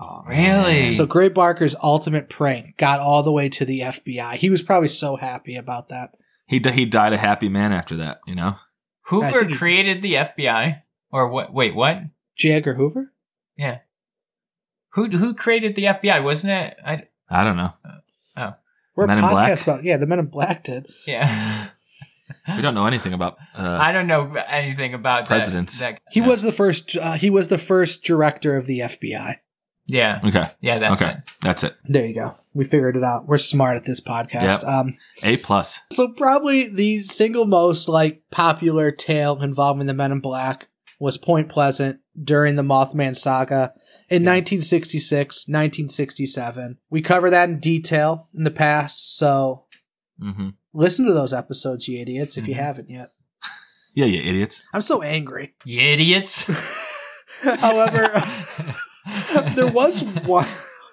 [SPEAKER 1] oh,
[SPEAKER 3] (laughs) Really?
[SPEAKER 2] So Gray Barker's ultimate prank got all the way to the FBI. He was probably so happy about that.
[SPEAKER 1] he di- he died a happy man after that. You know.
[SPEAKER 2] I
[SPEAKER 3] Hoover
[SPEAKER 2] think he-
[SPEAKER 3] created the FBI, or what? Wait, what?
[SPEAKER 2] J. Edgar Hoover?
[SPEAKER 3] Who who created the FBI? Wasn't it? I,
[SPEAKER 1] I don't know.
[SPEAKER 2] We're
[SPEAKER 1] Men
[SPEAKER 2] a
[SPEAKER 1] in Black?
[SPEAKER 2] podcast about yeah, the Men in Black did.
[SPEAKER 3] yeah.
[SPEAKER 1] We don't know anything about. Uh,
[SPEAKER 3] I don't know anything about that-
[SPEAKER 1] Presidents.
[SPEAKER 3] That,
[SPEAKER 2] He
[SPEAKER 1] Yeah.
[SPEAKER 2] was the first. Uh, he was the first director of the FBI.
[SPEAKER 3] yeah.
[SPEAKER 1] okay.
[SPEAKER 3] Yeah. That's
[SPEAKER 1] okay.
[SPEAKER 3] it.
[SPEAKER 1] That's it.
[SPEAKER 2] There you go. We figured it out. We're smart at this podcast.
[SPEAKER 1] Yep.
[SPEAKER 2] Um,
[SPEAKER 1] A plus.
[SPEAKER 2] so probably the single most like popular tale involving the Men in Black was Point Pleasant during the Mothman saga in 1966, 1967. We cover that in detail in the past, so
[SPEAKER 1] Mm-hmm.
[SPEAKER 2] listen to those episodes, you idiots, if you
[SPEAKER 1] Mhm.
[SPEAKER 2] haven't yet.
[SPEAKER 1] Yeah, you idiots.
[SPEAKER 2] I'm so angry.
[SPEAKER 3] You
[SPEAKER 2] (laughs)
[SPEAKER 3] idiots. (laughs)
[SPEAKER 2] However, there was one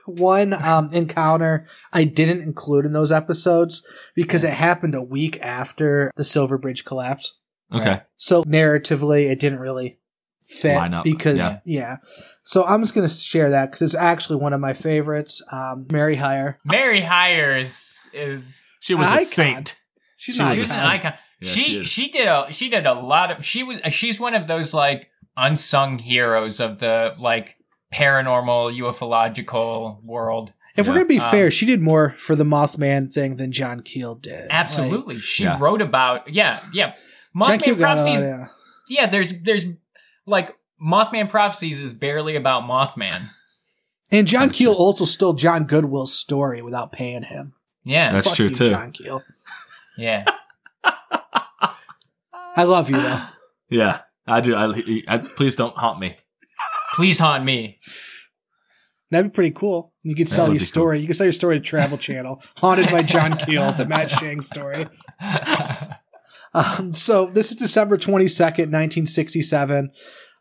[SPEAKER 2] one um, encounter I didn't include in those episodes because it happened a week after the Silver Bridge collapse.
[SPEAKER 1] Okay.
[SPEAKER 2] So narratively, it didn't really fit
[SPEAKER 1] Line up,
[SPEAKER 2] because yeah.
[SPEAKER 1] yeah.
[SPEAKER 2] So I'm just gonna share that because it's actually one of my favorites. Um, Mary Hire.
[SPEAKER 3] Mary Heyer is is
[SPEAKER 1] She was
[SPEAKER 2] Icon.
[SPEAKER 1] a saint.
[SPEAKER 2] She's
[SPEAKER 1] She
[SPEAKER 2] not
[SPEAKER 1] was
[SPEAKER 3] She's
[SPEAKER 1] a
[SPEAKER 3] an
[SPEAKER 1] saint.
[SPEAKER 3] icon.
[SPEAKER 5] Yeah,
[SPEAKER 3] she
[SPEAKER 5] she
[SPEAKER 3] she,
[SPEAKER 5] is.
[SPEAKER 3] did a she did a lot of she was she's one of those like unsung heroes of the like paranormal ufological world.
[SPEAKER 2] If we're gonna be
[SPEAKER 3] Um,
[SPEAKER 2] fair, she did more for the Mothman thing than John Keel did. Like,
[SPEAKER 3] Absolutely, she
[SPEAKER 1] Yeah.
[SPEAKER 3] wrote about yeah yeah.
[SPEAKER 2] John Keel
[SPEAKER 3] Mothman
[SPEAKER 2] got all
[SPEAKER 3] prophecies. Yeah.
[SPEAKER 2] yeah.
[SPEAKER 3] there's there's like Mothman prophecies is barely about Mothman.
[SPEAKER 2] And John Keel also stole John Goodwill's story without paying him.
[SPEAKER 3] Yeah,
[SPEAKER 1] That's
[SPEAKER 2] Fuck
[SPEAKER 1] true,
[SPEAKER 2] you,
[SPEAKER 1] too.
[SPEAKER 2] John Keel. (laughs)
[SPEAKER 3] yeah.
[SPEAKER 2] I love you though.
[SPEAKER 1] Yeah, I do. I, I please don't haunt me.
[SPEAKER 3] Please haunt
[SPEAKER 1] (laughs)
[SPEAKER 3] me.
[SPEAKER 2] (sighs) That'd be pretty cool. You could
[SPEAKER 1] That
[SPEAKER 2] sell
[SPEAKER 1] would
[SPEAKER 2] your
[SPEAKER 1] be cool.
[SPEAKER 2] story. You could sell your story to
[SPEAKER 1] (laughs)
[SPEAKER 2] Travel Channel, haunted by John Keel, the Matt Shang story. Um, so this is December twenty second, nineteen sixty seven.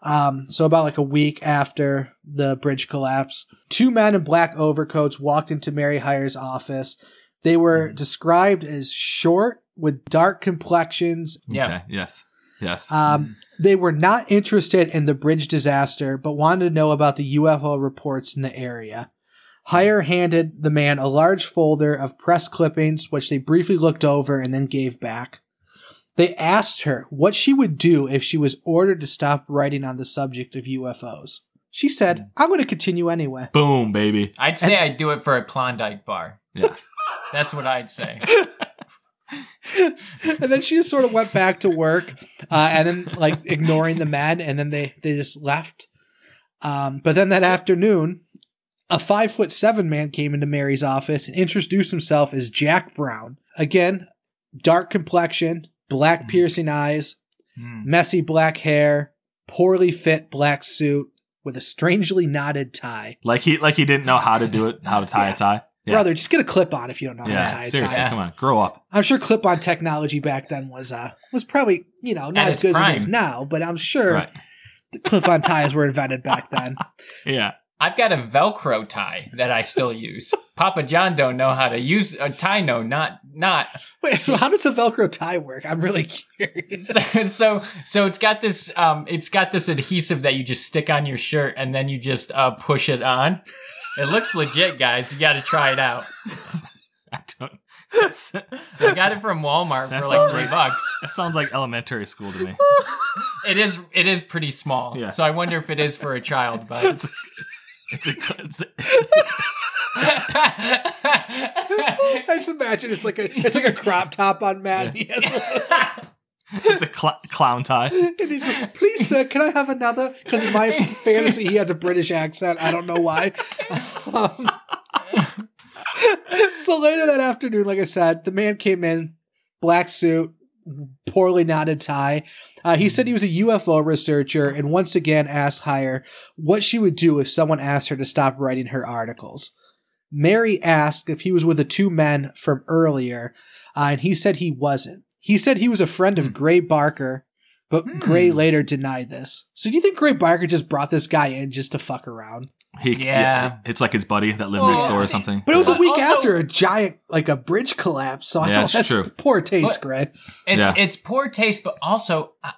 [SPEAKER 2] Um, so about like a week after the bridge collapse, two men in black overcoats walked into Mary Hire's office. They were
[SPEAKER 1] Hmm.
[SPEAKER 2] described as short with dark complexions.
[SPEAKER 3] Yeah.
[SPEAKER 1] Okay, Yes. Yes.
[SPEAKER 2] Um, they were not interested in the bridge disaster, but wanted to know about the UFO reports in the area. Hire handed the man a large folder of press clippings, which they briefly looked over and then gave back. They asked her what she would do if she was ordered to stop writing on the subject of UFOs. She said, I'm going to continue anyway.
[SPEAKER 1] Boom, baby.
[SPEAKER 3] I'd say I'd do it for a Klondike bar.
[SPEAKER 1] Yeah.
[SPEAKER 3] That's what I'd say.
[SPEAKER 2] and then she just sort of went back to work uh, and then like ignoring the men and then they they just left um, but then that afternoon a five foot seven man came into mary's office and introduced himself as jack brown again dark complexion
[SPEAKER 1] Mm-hmm.
[SPEAKER 2] black piercing eyes
[SPEAKER 3] Hmm.
[SPEAKER 2] messy black hair poorly fit black suit with a strangely knotted tie
[SPEAKER 1] Like he like he didn't know how to do it, how to tie
[SPEAKER 2] Yeah.
[SPEAKER 1] a tie. Yeah.
[SPEAKER 2] brother just get a clip on if you don't know how
[SPEAKER 1] Yeah.
[SPEAKER 2] to tie a
[SPEAKER 1] Seriously,
[SPEAKER 2] tie
[SPEAKER 1] come on, grow up.
[SPEAKER 2] I'm sure clip-on technology back then was uh was probably you know not
[SPEAKER 3] At
[SPEAKER 2] as
[SPEAKER 3] its
[SPEAKER 2] good
[SPEAKER 3] prime.
[SPEAKER 2] as it is now, but I'm sure (laughs)
[SPEAKER 1] Right.
[SPEAKER 2] the clip-on ties were invented
[SPEAKER 3] (laughs)
[SPEAKER 2] back then.
[SPEAKER 1] Yeah. (laughs)
[SPEAKER 3] I've got a Velcro tie that I still use. Papa John don't know how to use a tie. No, not not.
[SPEAKER 2] Wait, so how does a Velcro tie work? I'm really curious.
[SPEAKER 3] So, so so it's got this um it's got this adhesive that you just stick on your shirt and then you just uh push it on. It looks legit, guys. You got to try it out.
[SPEAKER 1] I don't. That's,
[SPEAKER 3] I got it from Walmart
[SPEAKER 1] That's
[SPEAKER 3] for like
[SPEAKER 1] so-
[SPEAKER 3] three bucks.
[SPEAKER 1] that sounds like elementary school to me.
[SPEAKER 3] It is it is pretty small.
[SPEAKER 1] Yeah.
[SPEAKER 3] So I wonder if it is for a child, but
[SPEAKER 1] It's a, it's a, it's a
[SPEAKER 2] I just imagine it's like a it's like a crop top on Matt. and he has
[SPEAKER 1] it's a cl- clown tie.
[SPEAKER 2] a- and he's just, please sir, can I have another? Because in my fantasy, he has a British accent. I don't know why. Um, (laughs) so later that afternoon, like I said, the man came in, black suit, poorly knotted tie. Uh, he said he was a UFO researcher and once again asked Hire what she would do if someone asked her to stop writing her articles. Mary asked if he was with the two men from earlier, uh, and he said he wasn't. He said he was a friend of Gray Barker, but
[SPEAKER 3] Hmm.
[SPEAKER 2] Gray later denied this. So do you think Gray Barker just brought this guy in just to fuck around?
[SPEAKER 1] He,
[SPEAKER 3] Yeah. Oh,
[SPEAKER 1] It's like his buddy that lived
[SPEAKER 3] Well,
[SPEAKER 1] next door or something.
[SPEAKER 2] But it was a
[SPEAKER 3] But
[SPEAKER 2] week
[SPEAKER 3] also-
[SPEAKER 2] after a giant, like a bridge collapse. So I
[SPEAKER 1] Yeah,
[SPEAKER 2] don't.
[SPEAKER 1] it's
[SPEAKER 2] That's
[SPEAKER 1] true.
[SPEAKER 2] poor taste,
[SPEAKER 3] But-
[SPEAKER 2] Gray.
[SPEAKER 3] It's
[SPEAKER 1] Yeah.
[SPEAKER 3] it's poor taste, but also, uh,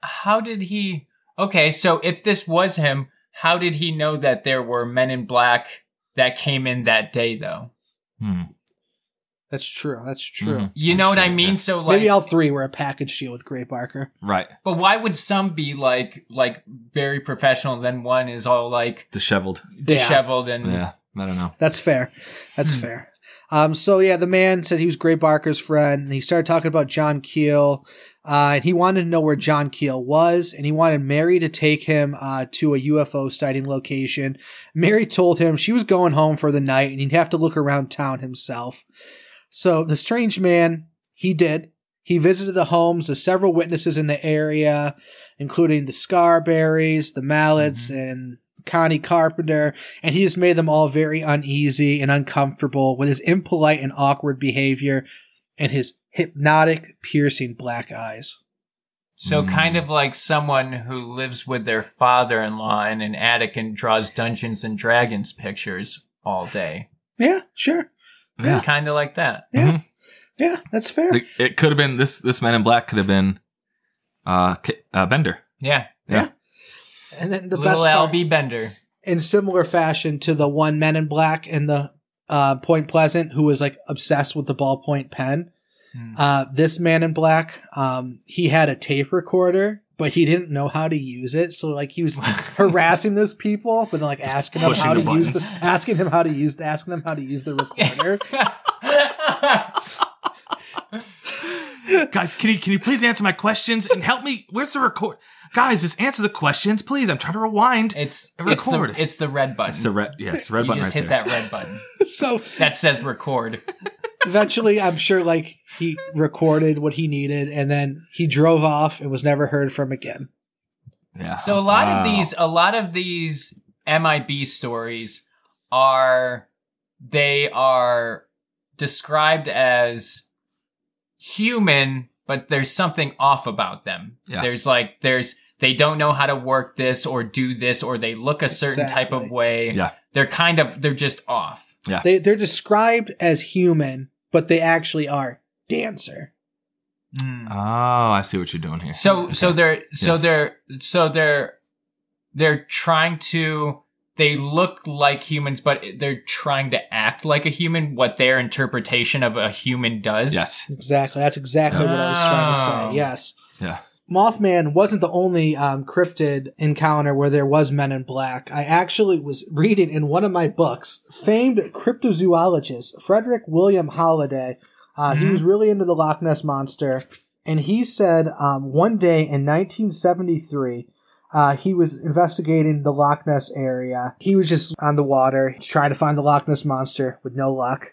[SPEAKER 3] how did he? Okay, so if this was him, how did he know that there were men in black that came in that day, though?
[SPEAKER 1] Hmm.
[SPEAKER 2] That's true. That's true.
[SPEAKER 1] Mhm.
[SPEAKER 3] You
[SPEAKER 1] I'm
[SPEAKER 3] know what
[SPEAKER 1] sure,
[SPEAKER 3] I mean?
[SPEAKER 1] yeah.
[SPEAKER 3] So Hmm. like,
[SPEAKER 2] Maybe all three were a package deal with Gray Barker.
[SPEAKER 1] Right.
[SPEAKER 3] but why would some be like like very professional, and then one is all like
[SPEAKER 1] Disheveled.
[SPEAKER 3] disheveled and
[SPEAKER 1] Yeah. I don't know.
[SPEAKER 2] That's fair. That's fair. Um, so yeah, the man said he was Gray Barker's friend, and he started talking about John Keel, uh, and he wanted to know where John Keel was, and he wanted Mary to take him uh, to a UFO sighting location. Mary told him she was going home for the night, and he'd have to look around town himself. So the strange man, he did. He visited the homes of several witnesses in the area, including the Scarberries, the Mallets, and Connie Carpenter, and he just made them all very uneasy and uncomfortable with his impolite and awkward behavior and his hypnotic, piercing black eyes.
[SPEAKER 3] So
[SPEAKER 1] Mm.
[SPEAKER 3] kind of like someone who lives with their father-in-law in an attic and draws Dungeons and Dragons pictures all day.
[SPEAKER 2] Yeah, sure. Yeah.
[SPEAKER 3] Kind of like that.
[SPEAKER 2] Yeah, that's fair.
[SPEAKER 1] The- It could have been this. This man in black could have been uh, K- uh Bender.
[SPEAKER 3] Yeah.
[SPEAKER 2] and then the
[SPEAKER 3] Little
[SPEAKER 2] best part,
[SPEAKER 3] LB Bender.
[SPEAKER 2] in similar fashion to the one Men in Black in the uh, Point Pleasant, who was like obsessed with the ballpoint pen. (laughs)
[SPEAKER 3] Hmm.
[SPEAKER 2] Uh, this Man in Black, um, he had a tape recorder, but he didn't know how to use it. So like
[SPEAKER 1] (laughs)
[SPEAKER 2] he was harassing those people, but then like asking them
[SPEAKER 1] pushing
[SPEAKER 2] how to
[SPEAKER 1] the
[SPEAKER 2] use
[SPEAKER 1] buttons.
[SPEAKER 2] the asking them how to use asking them how to use
[SPEAKER 1] (laughs)
[SPEAKER 2] the recorder.
[SPEAKER 1] Guys, can you can you please answer my questions and help me? Where's the record? Guys, just answer the questions, please. I'm trying to rewind.
[SPEAKER 3] it's it's the,
[SPEAKER 1] Record.
[SPEAKER 3] it's the red button.
[SPEAKER 1] It's the red. Yeah, it's the red
[SPEAKER 3] you
[SPEAKER 1] button.
[SPEAKER 3] just
[SPEAKER 1] right
[SPEAKER 3] hit
[SPEAKER 1] there.
[SPEAKER 3] that red button
[SPEAKER 2] so
[SPEAKER 3] that says record.
[SPEAKER 2] eventually, I'm sure like he recorded what he needed, and then he drove off and was never heard from again.
[SPEAKER 1] Yeah.
[SPEAKER 3] So a lot of
[SPEAKER 1] Wow.
[SPEAKER 3] these, a lot of these MIB stories are, they are described as human, but there's something off about them.
[SPEAKER 1] Yeah.
[SPEAKER 3] There's like, there's, they don't know how to work this or do this, or they look a certain type of
[SPEAKER 2] Exactly.
[SPEAKER 3] way.
[SPEAKER 1] Yeah.
[SPEAKER 3] They're kind of, they're just off.
[SPEAKER 2] They they're described as human, but they actually are dancer.
[SPEAKER 3] Mm.
[SPEAKER 1] Oh, I see what you're doing here.
[SPEAKER 3] So so they're so
[SPEAKER 1] Yes.
[SPEAKER 3] they're so they're they're trying to they look like humans, but they're trying to act like a human. What their interpretation of a human does.
[SPEAKER 1] yes.
[SPEAKER 2] Exactly. That's exactly what I was trying to
[SPEAKER 3] Wow.
[SPEAKER 2] say. Yes.
[SPEAKER 1] Yeah.
[SPEAKER 2] Mothman wasn't the only um, cryptid encounter where there was Men in Black. I actually was reading in one of my books, famed cryptozoologist Frederick William Holliday. Uh, He
[SPEAKER 3] Mhm.
[SPEAKER 2] was really into the Loch Ness monster, and he said um, one day in 1973. Uh, he was investigating the Loch Ness area. He was just on the water trying to find the Loch Ness monster with no luck.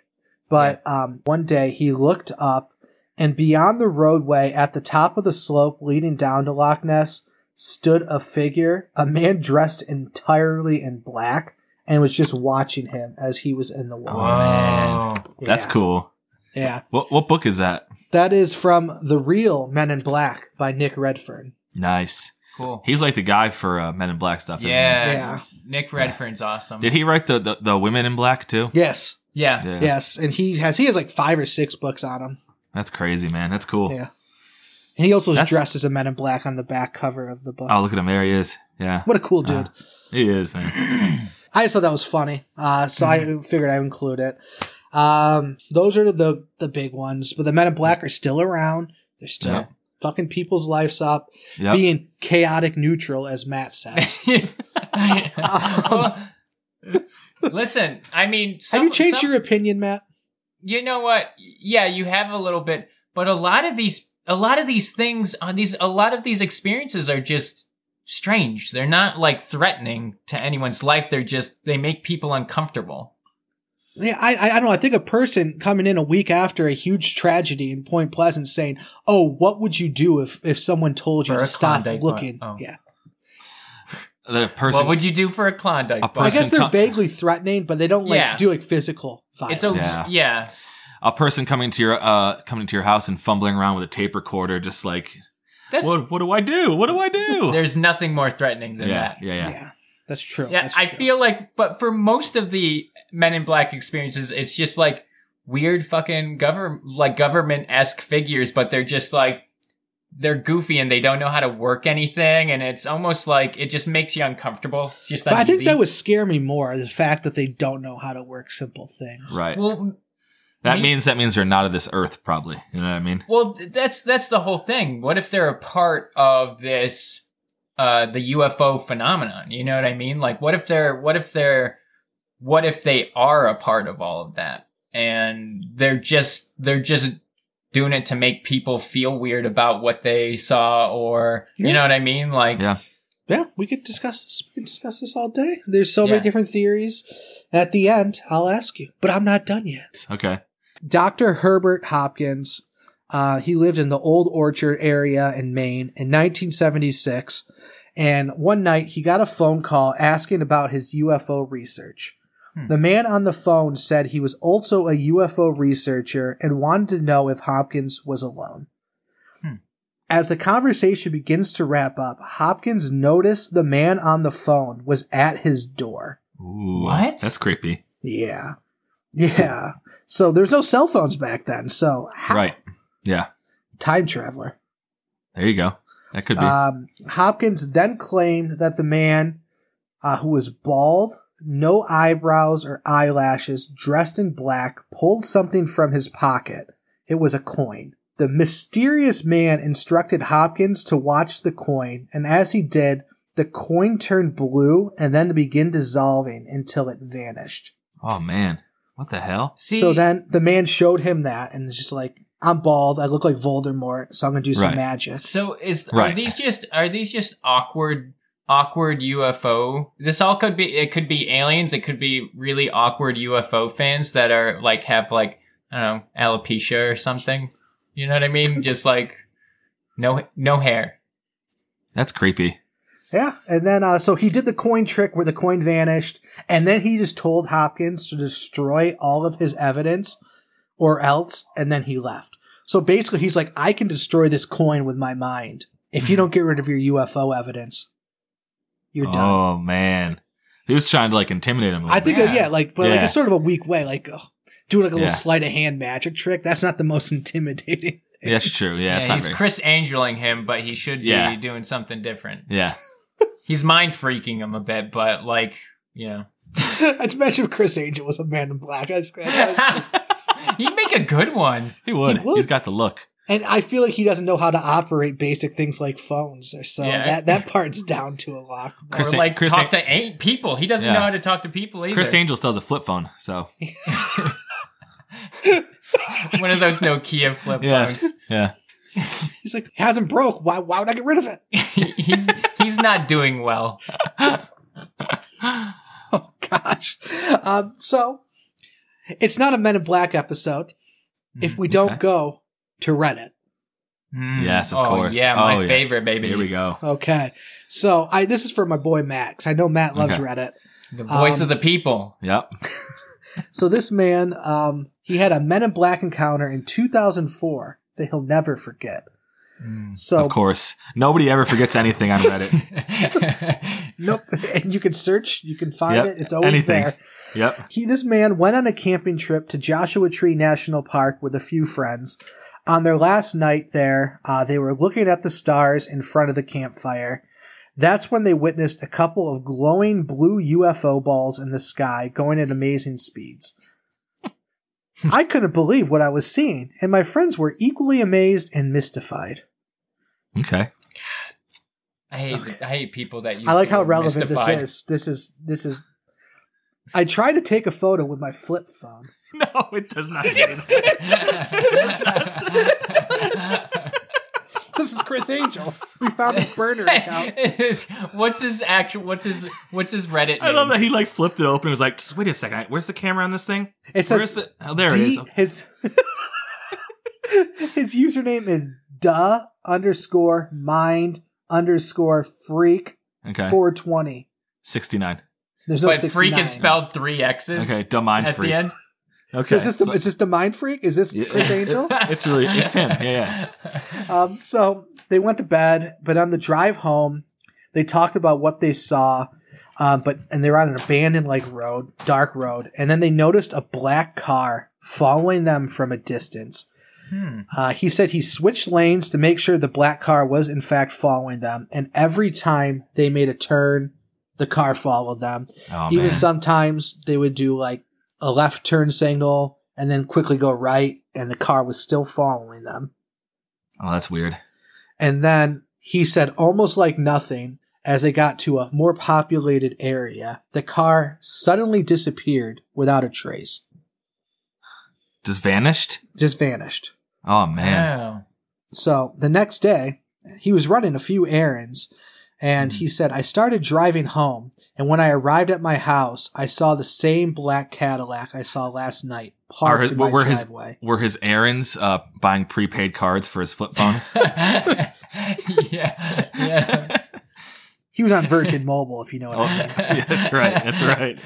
[SPEAKER 2] But um, one day he looked up, and beyond the roadway at the top of the slope leading down to Loch Ness stood a figure, a man dressed entirely in black, and was just watching him as he was in the water.
[SPEAKER 3] Wow.
[SPEAKER 1] That's
[SPEAKER 2] Yeah.
[SPEAKER 1] cool.
[SPEAKER 2] Yeah.
[SPEAKER 1] What what book is that?
[SPEAKER 2] That is from The Real Men in Black by Nick Redfern.
[SPEAKER 1] Nice.
[SPEAKER 3] Cool.
[SPEAKER 1] He's like the guy for uh, Men in Black stuff. Isn't
[SPEAKER 3] Yeah.
[SPEAKER 2] Yeah.
[SPEAKER 3] Nick Redfern's awesome.
[SPEAKER 1] He? Did he write the, the the Women in Black too?
[SPEAKER 2] Yes.
[SPEAKER 3] Yeah.
[SPEAKER 1] Yeah.
[SPEAKER 2] Yes. And he has he has like five or six books on him.
[SPEAKER 1] That's crazy, man. That's cool.
[SPEAKER 2] Yeah. And he also is
[SPEAKER 1] That's-
[SPEAKER 2] dressed as a Men in Black on the back cover of the book.
[SPEAKER 1] Oh, look at him. There he is. Yeah.
[SPEAKER 2] What a cool dude.
[SPEAKER 1] He is, man.
[SPEAKER 2] (clears throat) I just thought that was funny, uh, so
[SPEAKER 3] Mm-hmm.
[SPEAKER 2] I figured I'd include it. Um, those are the the big ones, but the Men in Black are still around. They're still
[SPEAKER 1] Yeah.
[SPEAKER 2] fucking people's lives up,
[SPEAKER 1] Yep.
[SPEAKER 2] being chaotic neutral, as Matt says. (laughs)
[SPEAKER 3] Well, listen, I mean, (laughs) some,
[SPEAKER 2] Um, Have you changed
[SPEAKER 3] some-
[SPEAKER 2] your opinion, Matt?
[SPEAKER 3] you know what yeah you have a little bit but a lot of these a lot of these things on these a lot of these experiences are just strange they're not like threatening to anyone's life they're just they make people uncomfortable
[SPEAKER 2] Yeah, I, I, I don't know. I think a person coming in a week after a huge tragedy in Point Pleasant saying, "Oh, what would you do if if someone told you
[SPEAKER 3] For
[SPEAKER 2] to
[SPEAKER 3] a
[SPEAKER 2] stop
[SPEAKER 3] Klondike bar-
[SPEAKER 2] looking?"
[SPEAKER 3] oh.
[SPEAKER 2] Yeah,
[SPEAKER 1] the person.
[SPEAKER 3] what would you do for a klondike
[SPEAKER 1] A
[SPEAKER 3] bar?
[SPEAKER 2] I guess
[SPEAKER 1] Person
[SPEAKER 2] they're
[SPEAKER 1] com-
[SPEAKER 2] vaguely threatening, but they don't like
[SPEAKER 3] Yeah.
[SPEAKER 2] do like physical violence.
[SPEAKER 3] it's a yeah.
[SPEAKER 1] Yeah. a person coming to your uh coming to your house and fumbling around with a tape recorder, just like
[SPEAKER 3] that's
[SPEAKER 1] what what do I do? What do
[SPEAKER 3] (laughs)
[SPEAKER 1] I do?
[SPEAKER 3] there's nothing more threatening
[SPEAKER 1] Yeah,
[SPEAKER 3] than
[SPEAKER 1] yeah,
[SPEAKER 3] that
[SPEAKER 2] yeah.
[SPEAKER 1] yeah,
[SPEAKER 2] that's true.
[SPEAKER 3] yeah
[SPEAKER 2] that's
[SPEAKER 3] i
[SPEAKER 2] true.
[SPEAKER 3] feel like but for most of the men in black experiences it's just like weird fucking government like government-esque figures but they're just like they're goofy and they don't know how to work anything and it's almost like it just makes you uncomfortable it's just
[SPEAKER 2] But I think
[SPEAKER 3] uneasy.
[SPEAKER 2] that would scare me more the fact that they don't know how to work simple things.
[SPEAKER 1] Right.
[SPEAKER 3] well
[SPEAKER 1] that
[SPEAKER 3] me-
[SPEAKER 1] means that means they're not of this earth, probably. You know what I mean?
[SPEAKER 3] well that's that's the whole thing what if they're a part of this uh the ufo phenomenon you know what i mean like what if they're what if they're what if they are a part of all of that and they're just they're just doing it to make people feel weird about what they saw or
[SPEAKER 2] Yeah.
[SPEAKER 3] you know what i mean like
[SPEAKER 1] Yeah.
[SPEAKER 2] Yeah, we could discuss this. We could discuss this all day. There's so many
[SPEAKER 3] Yeah.
[SPEAKER 2] different theories. At the end, I'll ask you, but I'm not done yet.
[SPEAKER 1] Okay.
[SPEAKER 2] Dr. Herbert Hopkins Uh, he lived in the Old Orchard area in Maine in 1976. And one night he got a phone call asking about his UFO research. The man on the phone said he was also a UFO researcher and wanted to know if Hopkins was alone. As the conversation begins to wrap up, Hopkins noticed the man on the phone was at his door.
[SPEAKER 1] Ooh,
[SPEAKER 3] What?
[SPEAKER 1] That's creepy.
[SPEAKER 2] Yeah. Yeah. So there's no cell phones back then. So how-
[SPEAKER 1] Right. Yeah.
[SPEAKER 2] time traveler.
[SPEAKER 1] There you go. That could be.
[SPEAKER 2] Um, Hopkins then claimed that the man, uh, who was bald, no eyebrows or eyelashes, dressed in black, pulled something from his pocket. It was a coin. The mysterious man instructed Hopkins to watch the coin, and as he did, the coin turned blue and then began dissolving until it vanished.
[SPEAKER 1] oh man. What the hell?
[SPEAKER 3] See,
[SPEAKER 2] so then the man showed him that and is just like, I'm bald, I look like Voldemort, so I'm gonna do some
[SPEAKER 1] Right.
[SPEAKER 2] magic.
[SPEAKER 3] So is are
[SPEAKER 1] Right.
[SPEAKER 3] these just are these just awkward awkward UFO? This all could be it could be aliens, it could be really awkward UFO fans that are like have like I don't know, alopecia or something. You know what I mean? just like no no hair.
[SPEAKER 1] That's creepy.
[SPEAKER 2] Yeah, and then uh, so he did the coin trick where the coin vanished, and then he just told Hopkins to destroy all of his evidence, or else, and then he left. So basically, he's like, "I can destroy this coin with my mind. If you don't get rid of your UFO evidence, you're done."
[SPEAKER 1] Mm-hmm. Oh man. He was trying to like intimidate him. a
[SPEAKER 2] I
[SPEAKER 1] little
[SPEAKER 2] think,
[SPEAKER 1] bit.
[SPEAKER 2] that, yeah, like, but like
[SPEAKER 1] Yeah.
[SPEAKER 2] it's sort of a weak way, like ugh, doing like a
[SPEAKER 1] Yeah.
[SPEAKER 2] little sleight of hand magic trick. That's not the most (laughs) intimidating.
[SPEAKER 1] Yeah, That's true. Yeah, it's not
[SPEAKER 3] he's
[SPEAKER 1] very-
[SPEAKER 3] Chris Angeling him, but he should be
[SPEAKER 1] Yeah.
[SPEAKER 3] doing something different.
[SPEAKER 1] Yeah.
[SPEAKER 3] He's mind freaking him a bit, but like you know.
[SPEAKER 2] I'd (laughs) imagine if Chris Angel was a man in black. I just,
[SPEAKER 3] (laughs) He'd make a good one.
[SPEAKER 1] He would.
[SPEAKER 2] He would.
[SPEAKER 1] He's got the look.
[SPEAKER 2] And I feel like he doesn't know how to operate basic things like phones or so.
[SPEAKER 3] Yeah.
[SPEAKER 2] That that part's down to a lock.
[SPEAKER 1] Chris
[SPEAKER 3] or
[SPEAKER 1] An-
[SPEAKER 3] like
[SPEAKER 1] Chris
[SPEAKER 3] talk
[SPEAKER 1] An-
[SPEAKER 3] to eight people. He doesn't
[SPEAKER 1] Yeah.
[SPEAKER 3] know how to talk to people either.
[SPEAKER 1] Chris Angel still has a flip phone, so
[SPEAKER 3] One of those Nokia flip
[SPEAKER 1] Yeah.
[SPEAKER 3] phones. (laughs)
[SPEAKER 1] (laughs) yeah.
[SPEAKER 2] He's like, it hasn't broke. Why why would I get rid of
[SPEAKER 1] (laughs)
[SPEAKER 2] it?
[SPEAKER 3] he's he's not doing well.
[SPEAKER 2] Oh gosh. Um, so it's not a Men in Black episode if we don't
[SPEAKER 1] Hmm, okay.
[SPEAKER 2] go to Reddit.
[SPEAKER 1] Yes, of
[SPEAKER 3] Oh,
[SPEAKER 1] course.
[SPEAKER 3] Yeah, my
[SPEAKER 1] Oh, yes.
[SPEAKER 3] favorite baby.
[SPEAKER 1] Here we go.
[SPEAKER 2] Okay. So I this is for my boy Max. I know Matt loves
[SPEAKER 1] Okay.
[SPEAKER 2] Reddit.
[SPEAKER 3] The voice
[SPEAKER 2] Um,
[SPEAKER 3] of the
[SPEAKER 2] (laughs)
[SPEAKER 3] people.
[SPEAKER 1] Yep.
[SPEAKER 2] So this man, um, he had a Men in Black encounter in 2004 that he'll never forget. So
[SPEAKER 1] Of course. Nobody ever forgets anything
[SPEAKER 3] (laughs)
[SPEAKER 1] on Reddit.
[SPEAKER 2] Nope. (laughs) And you can search, you can find
[SPEAKER 1] Yep,
[SPEAKER 2] it. It's always
[SPEAKER 1] anything.
[SPEAKER 2] there.
[SPEAKER 1] yep.
[SPEAKER 2] He, this man went on a camping trip to Joshua Tree National Park with a few friends. On their last night there, uh, they were looking at the stars in front of the campfire. That's when they witnessed a couple of glowing blue UFO balls in the sky going at amazing
[SPEAKER 1] (laughs)
[SPEAKER 2] speeds. I couldn't believe what I was seeing, and my friends were equally amazed and mystified.
[SPEAKER 1] Okay.
[SPEAKER 3] I hate I hate people that use
[SPEAKER 2] I like
[SPEAKER 3] the
[SPEAKER 2] how
[SPEAKER 3] word
[SPEAKER 2] relevant
[SPEAKER 3] mystified. (laughs)
[SPEAKER 2] this is. This is this is. I tried to take a photo with my flip phone.
[SPEAKER 1] No, it does not say
[SPEAKER 3] (laughs)
[SPEAKER 1] that.
[SPEAKER 2] (laughs) This is Chris Angel. (laughs) We found his burner
[SPEAKER 1] (laughs)
[SPEAKER 2] account.
[SPEAKER 3] what's his actual? What's his what's his Reddit?
[SPEAKER 1] I love that he like flipped it open and was like, just wait a second, where's the camera on this thing?
[SPEAKER 2] It
[SPEAKER 1] Where's
[SPEAKER 2] says
[SPEAKER 1] the Oh there it
[SPEAKER 2] D-
[SPEAKER 1] is.
[SPEAKER 2] his (laughs) his username is duh underscore mind underscore freak
[SPEAKER 1] Okay.
[SPEAKER 2] four twenty.
[SPEAKER 1] Sixty nine.
[SPEAKER 2] There's no
[SPEAKER 3] But
[SPEAKER 2] 69.
[SPEAKER 3] freak is spelled three X's
[SPEAKER 1] Okay, dumb mind
[SPEAKER 3] at
[SPEAKER 1] freak.
[SPEAKER 3] the end.
[SPEAKER 1] Okay.
[SPEAKER 2] So is this the,
[SPEAKER 1] So-
[SPEAKER 2] is this the mind freak? Is this
[SPEAKER 1] Yeah.
[SPEAKER 2] Chris
[SPEAKER 1] (laughs)
[SPEAKER 2] Angel?
[SPEAKER 1] it's really it's
[SPEAKER 3] (laughs)
[SPEAKER 1] him. Yeah, yeah.
[SPEAKER 2] Um, so they went to bed, but on the drive home, they talked about what they saw. Um, but and they were on an abandoned like road, dark road, and then they noticed a black car following them from a distance.
[SPEAKER 3] Hmm.
[SPEAKER 2] Uh, he said he switched lanes to make sure the black car was in fact following them, and every time they made a turn, the car followed them.
[SPEAKER 1] Oh,
[SPEAKER 2] Even
[SPEAKER 1] man.
[SPEAKER 2] sometimes they would do like a left turn signal and then quickly go right, and the car was still following them.
[SPEAKER 1] oh, that's weird.
[SPEAKER 2] And then he said almost like nothing as they got to a more populated area. The car suddenly disappeared without a trace,
[SPEAKER 1] Just vanished?
[SPEAKER 2] just vanished.
[SPEAKER 1] Oh man.
[SPEAKER 3] Wow.
[SPEAKER 2] So the next day, he was running a few errands and he said, I started driving home. And when I arrived at my house, I saw the same black Cadillac I saw last night
[SPEAKER 1] Are
[SPEAKER 2] parked
[SPEAKER 1] his-
[SPEAKER 2] in my
[SPEAKER 1] what were his-
[SPEAKER 2] driveway.
[SPEAKER 1] Were his errands uh, buying prepaid cards for his flip phone? (laughs)
[SPEAKER 3] yeah, yeah.
[SPEAKER 2] He was on
[SPEAKER 1] (laughs)
[SPEAKER 2] Virgin Mobile, if you know what
[SPEAKER 1] Oh,
[SPEAKER 2] I mean.
[SPEAKER 1] yeah, that's right. That's right.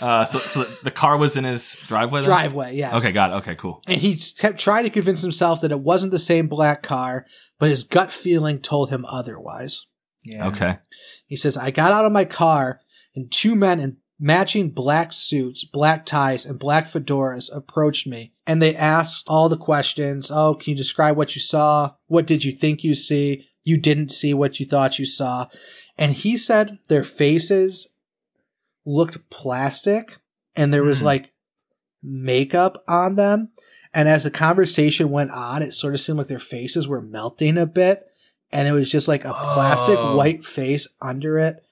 [SPEAKER 1] Uh, so, so the car was in his driveway. Then?
[SPEAKER 2] Driveway, yes.
[SPEAKER 1] Okay, got it. Okay, cool.
[SPEAKER 2] And he just kept trying to convince himself that it wasn't the same black car, but his gut feeling told him otherwise.
[SPEAKER 3] Yeah.
[SPEAKER 1] Okay.
[SPEAKER 2] He says, I got out of my car and two men in matching black suits, black ties, and black fedoras approached me and they asked all the questions. Oh, can you describe what you saw? What did you think you see? You didn't see what you thought you saw. And he said their faces looked plastic and there was
[SPEAKER 3] Hmm.
[SPEAKER 2] like makeup on them. And as the conversation went on, it sort of seemed like their faces were melting a bit and it was just like a plastic
[SPEAKER 3] Oh.
[SPEAKER 2] white face under it.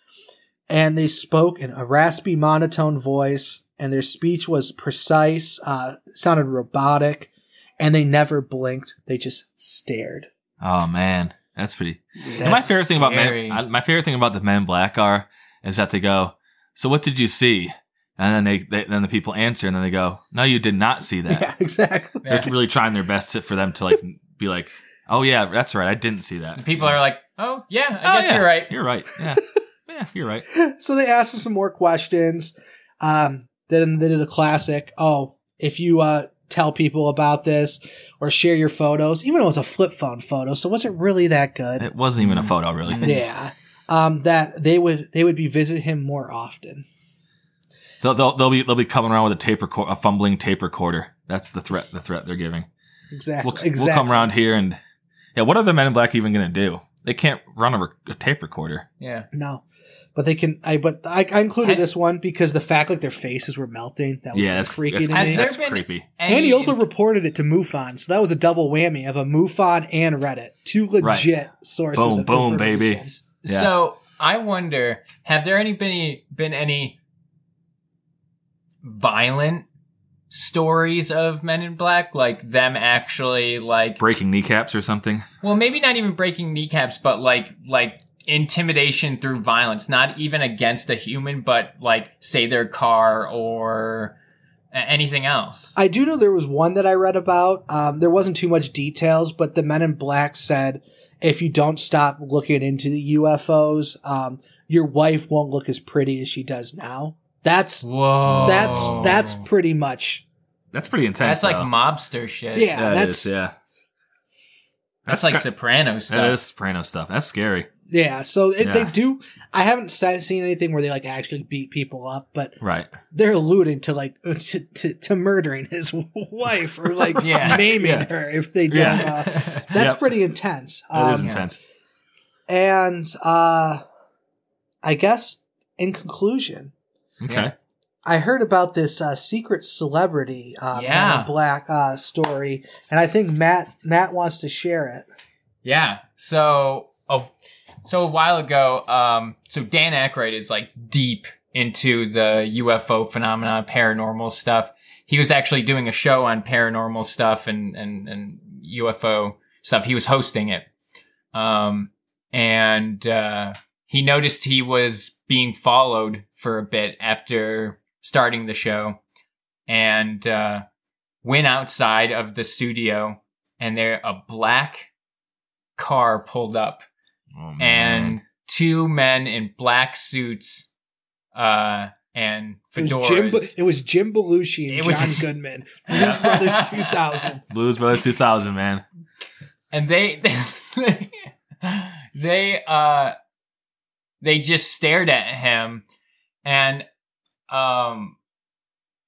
[SPEAKER 2] And they spoke in a raspy monotone voice, and their speech was precise, uh, sounded robotic, and they never blinked. They just stared.
[SPEAKER 1] Oh man, that's pretty. and my
[SPEAKER 3] That's
[SPEAKER 1] favorite thing about
[SPEAKER 3] scary.
[SPEAKER 1] men, I- my favorite thing about the men in black are is that they go. So what did you see? And then they, they then the people answer, and then they go, "No, you did not see
[SPEAKER 2] (laughs)
[SPEAKER 1] that."
[SPEAKER 2] Yeah, exactly.
[SPEAKER 3] Yeah.
[SPEAKER 1] They're really trying their best to, for them to like be like, "Oh yeah, that's right. I didn't see that."
[SPEAKER 3] And people are like, oh yeah, I
[SPEAKER 1] Oh,
[SPEAKER 3] guess
[SPEAKER 1] yeah.
[SPEAKER 3] you're right.
[SPEAKER 1] "You're right. Yeah,
[SPEAKER 2] (laughs)
[SPEAKER 1] yeah, you're right."
[SPEAKER 2] so they asked him some more questions. Um, then they did the classic. Oh, if you uh, tell people about this or share your photos, even though it was a flip phone photo, so it wasn't really that good.
[SPEAKER 1] It wasn't even a photo, really.
[SPEAKER 2] yeah. Um, that they would they would be visit him more often.
[SPEAKER 1] (laughs) They'll, they'll, they'll be they'll be coming around with a tape record, a fumbling tape recorder. That's the threat. The threat
[SPEAKER 2] (laughs)
[SPEAKER 1] they're giving.
[SPEAKER 2] Exactly.
[SPEAKER 1] We'll,
[SPEAKER 2] exactly.
[SPEAKER 1] we'll come around here and yeah. What are the Men in Black even going to do? They can't run a, rec- a tape recorder.
[SPEAKER 3] Yeah.
[SPEAKER 2] No, but they can. I but I, I included
[SPEAKER 3] I-
[SPEAKER 2] this one because the fact like their faces were melting. That was
[SPEAKER 1] yeah,
[SPEAKER 2] like,
[SPEAKER 1] that's
[SPEAKER 2] freaky
[SPEAKER 1] That's,
[SPEAKER 2] to
[SPEAKER 3] Has
[SPEAKER 2] me.
[SPEAKER 3] there
[SPEAKER 1] that's
[SPEAKER 3] been-
[SPEAKER 1] creepy.
[SPEAKER 2] and he also
[SPEAKER 3] in-
[SPEAKER 2] reported it to MUFON, so that was a double whammy of a MUFON and Reddit, two legit sources.
[SPEAKER 1] Boom,
[SPEAKER 2] of
[SPEAKER 1] boom, baby.
[SPEAKER 2] information.
[SPEAKER 1] Yeah.
[SPEAKER 3] So I wonder, have there any been, been any violent stories of Men in Black, like them actually like,
[SPEAKER 1] Breaking kneecaps or something.
[SPEAKER 3] well, maybe not even breaking kneecaps, but like like intimidation through violence, not even against a human, but like say their car or a- anything else.
[SPEAKER 2] I do know there was one that I read about. Um, there wasn't too much details, but the Men in Black said if you don't stop looking into the UFOs, um, your wife won't look as pretty as she does now. That's
[SPEAKER 3] Whoa,
[SPEAKER 2] that's
[SPEAKER 1] Oh.
[SPEAKER 2] that's pretty much
[SPEAKER 1] That's pretty intense.
[SPEAKER 3] that's like
[SPEAKER 1] though.
[SPEAKER 3] mobster shit.
[SPEAKER 2] Yeah,
[SPEAKER 1] That
[SPEAKER 2] that's
[SPEAKER 1] is, yeah.
[SPEAKER 3] that's, like
[SPEAKER 1] ki-
[SPEAKER 3] Soprano stuff.
[SPEAKER 1] that is Soprano stuff. That's scary.
[SPEAKER 2] yeah. So it, they
[SPEAKER 1] Yeah.
[SPEAKER 2] do. I haven't se- seen anything where they like actually beat people up, but
[SPEAKER 1] Right.
[SPEAKER 2] they're alluding to like (laughs) to, to, to murdering his (laughs) wife or like
[SPEAKER 3] (laughs) Yeah.
[SPEAKER 2] maiming
[SPEAKER 1] Yeah.
[SPEAKER 2] her if they don't.
[SPEAKER 1] Yeah.
[SPEAKER 2] Uh,
[SPEAKER 1] (laughs)
[SPEAKER 3] That's
[SPEAKER 2] that's
[SPEAKER 1] Yep.
[SPEAKER 2] pretty intense.
[SPEAKER 1] That is
[SPEAKER 2] Um,
[SPEAKER 1] intense.
[SPEAKER 2] And uh, I guess in conclusion,
[SPEAKER 1] Okay.
[SPEAKER 3] Yeah.
[SPEAKER 2] I heard about this uh, secret celebrity uh, Man
[SPEAKER 3] Yeah.
[SPEAKER 2] in Black uh, story, and I think Matt Matt wants to share it.
[SPEAKER 3] Yeah. So, oh, so a while ago, um, so Dan Aykroyd is like deep into the UFO phenomena, paranormal stuff. He was actually doing a show on paranormal stuff and and and UFO stuff. He was hosting it, um, and uh, he noticed he was being followed for a bit after starting the show, and uh, went outside of the studio, and there a black car pulled up
[SPEAKER 1] Oh, man.
[SPEAKER 3] and two men in black suits uh and
[SPEAKER 2] It
[SPEAKER 3] fedoras
[SPEAKER 2] was Jim, it was Jim Belushi and
[SPEAKER 3] It was- (laughs)
[SPEAKER 2] John Goodman,
[SPEAKER 3] Yeah.
[SPEAKER 2] Blues Brothers
[SPEAKER 3] (laughs)
[SPEAKER 2] 2000.
[SPEAKER 1] Blues Brothers 2000, man.
[SPEAKER 3] and they (laughs) they, uh they just stared at him and um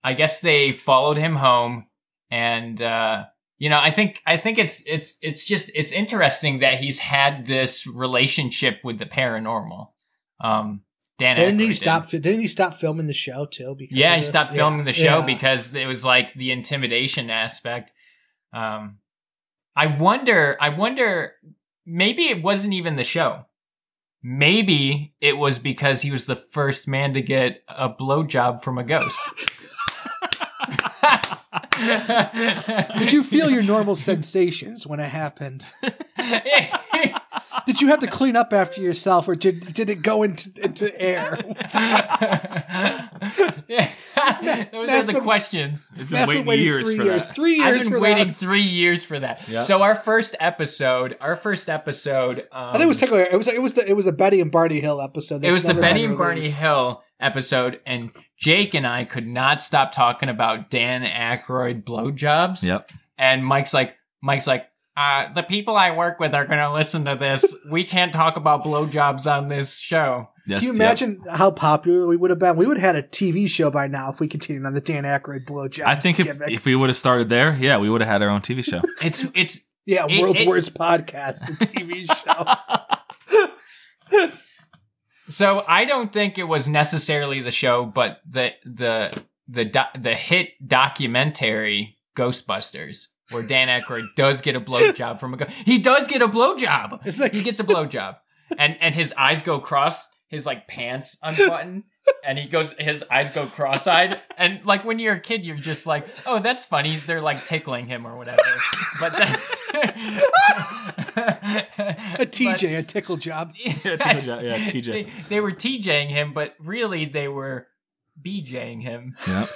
[SPEAKER 3] i guess they followed him home and uh you know i think i think it's it's it's just it's interesting that he's had this relationship with the paranormal um dan
[SPEAKER 2] Didn't
[SPEAKER 3] Aykroyd
[SPEAKER 2] he
[SPEAKER 3] did.
[SPEAKER 2] stop? Didn't he stop filming the show too? Because
[SPEAKER 3] yeah
[SPEAKER 2] of
[SPEAKER 3] he
[SPEAKER 2] this?
[SPEAKER 3] stopped filming the show
[SPEAKER 2] Yeah.
[SPEAKER 3] because it was like the intimidation aspect um i wonder i wonder maybe it wasn't even the show maybe it was because he was the first man to get a blowjob from a
[SPEAKER 2] (laughs)
[SPEAKER 3] ghost (laughs) (laughs)
[SPEAKER 2] Did you feel your normal sensations when it happened? Did you have to clean up after yourself, or did did it go into
[SPEAKER 3] (laughs)
[SPEAKER 2] into air?
[SPEAKER 3] yeah. Those are
[SPEAKER 2] That's
[SPEAKER 3] the
[SPEAKER 2] been-
[SPEAKER 3] questions.
[SPEAKER 1] It's been
[SPEAKER 2] That's
[SPEAKER 1] waiting
[SPEAKER 2] been waiting
[SPEAKER 1] years
[SPEAKER 2] three
[SPEAKER 1] for
[SPEAKER 2] years.
[SPEAKER 1] that.
[SPEAKER 2] Three years.
[SPEAKER 3] I've been
[SPEAKER 2] for
[SPEAKER 3] waiting
[SPEAKER 2] That.
[SPEAKER 3] three years for that.
[SPEAKER 5] Yeah.
[SPEAKER 3] So our first episode, our first episode, um,
[SPEAKER 2] I think it was technically it was it was the it was a Betty and Barney Hill episode.
[SPEAKER 3] it was the
[SPEAKER 2] that's never been
[SPEAKER 3] Betty and Barney
[SPEAKER 2] released.
[SPEAKER 3] Hill episode, and Jake and I could not stop talking about Dan Aykroyd blowjobs.
[SPEAKER 1] Yep.
[SPEAKER 3] And Mike's like, Mike's like, uh, the people I work with are going to listen to this. we can't talk about blowjobs on this show.
[SPEAKER 1] Yes,
[SPEAKER 2] Can you
[SPEAKER 1] yep.
[SPEAKER 2] imagine how popular we would have been? We would have had a TV show by now if we continued on the Dan Aykroyd blowjob.
[SPEAKER 1] I think if,
[SPEAKER 2] gimmick.
[SPEAKER 1] if we would have started there, yeah, we would have had our own TV show.
[SPEAKER 3] It's it's
[SPEAKER 2] yeah,
[SPEAKER 3] it-
[SPEAKER 2] world's
[SPEAKER 3] it-
[SPEAKER 2] worst podcast,
[SPEAKER 3] (laughs)
[SPEAKER 2] the TV show.
[SPEAKER 3] So I don't think it was necessarily the show, but the the the do- the hit documentary Ghostbusters, where Dan Aykroyd does get a blowjob from a ghost. He does get a blowjob.
[SPEAKER 2] It's like-
[SPEAKER 3] he gets a blowjob, and and his eyes go cross. His like pants unbutton, and he goes. His eyes go cross-eyed, and like when you're a kid, you're just like, "Oh, that's funny." They're like tickling him or whatever. But then, (laughs)
[SPEAKER 2] A TJ, a tickle job.
[SPEAKER 3] (laughs) Yes.
[SPEAKER 1] TJ, yeah, TJ.
[SPEAKER 3] They, they were TJing him, but really they were BJing him.
[SPEAKER 1] yep.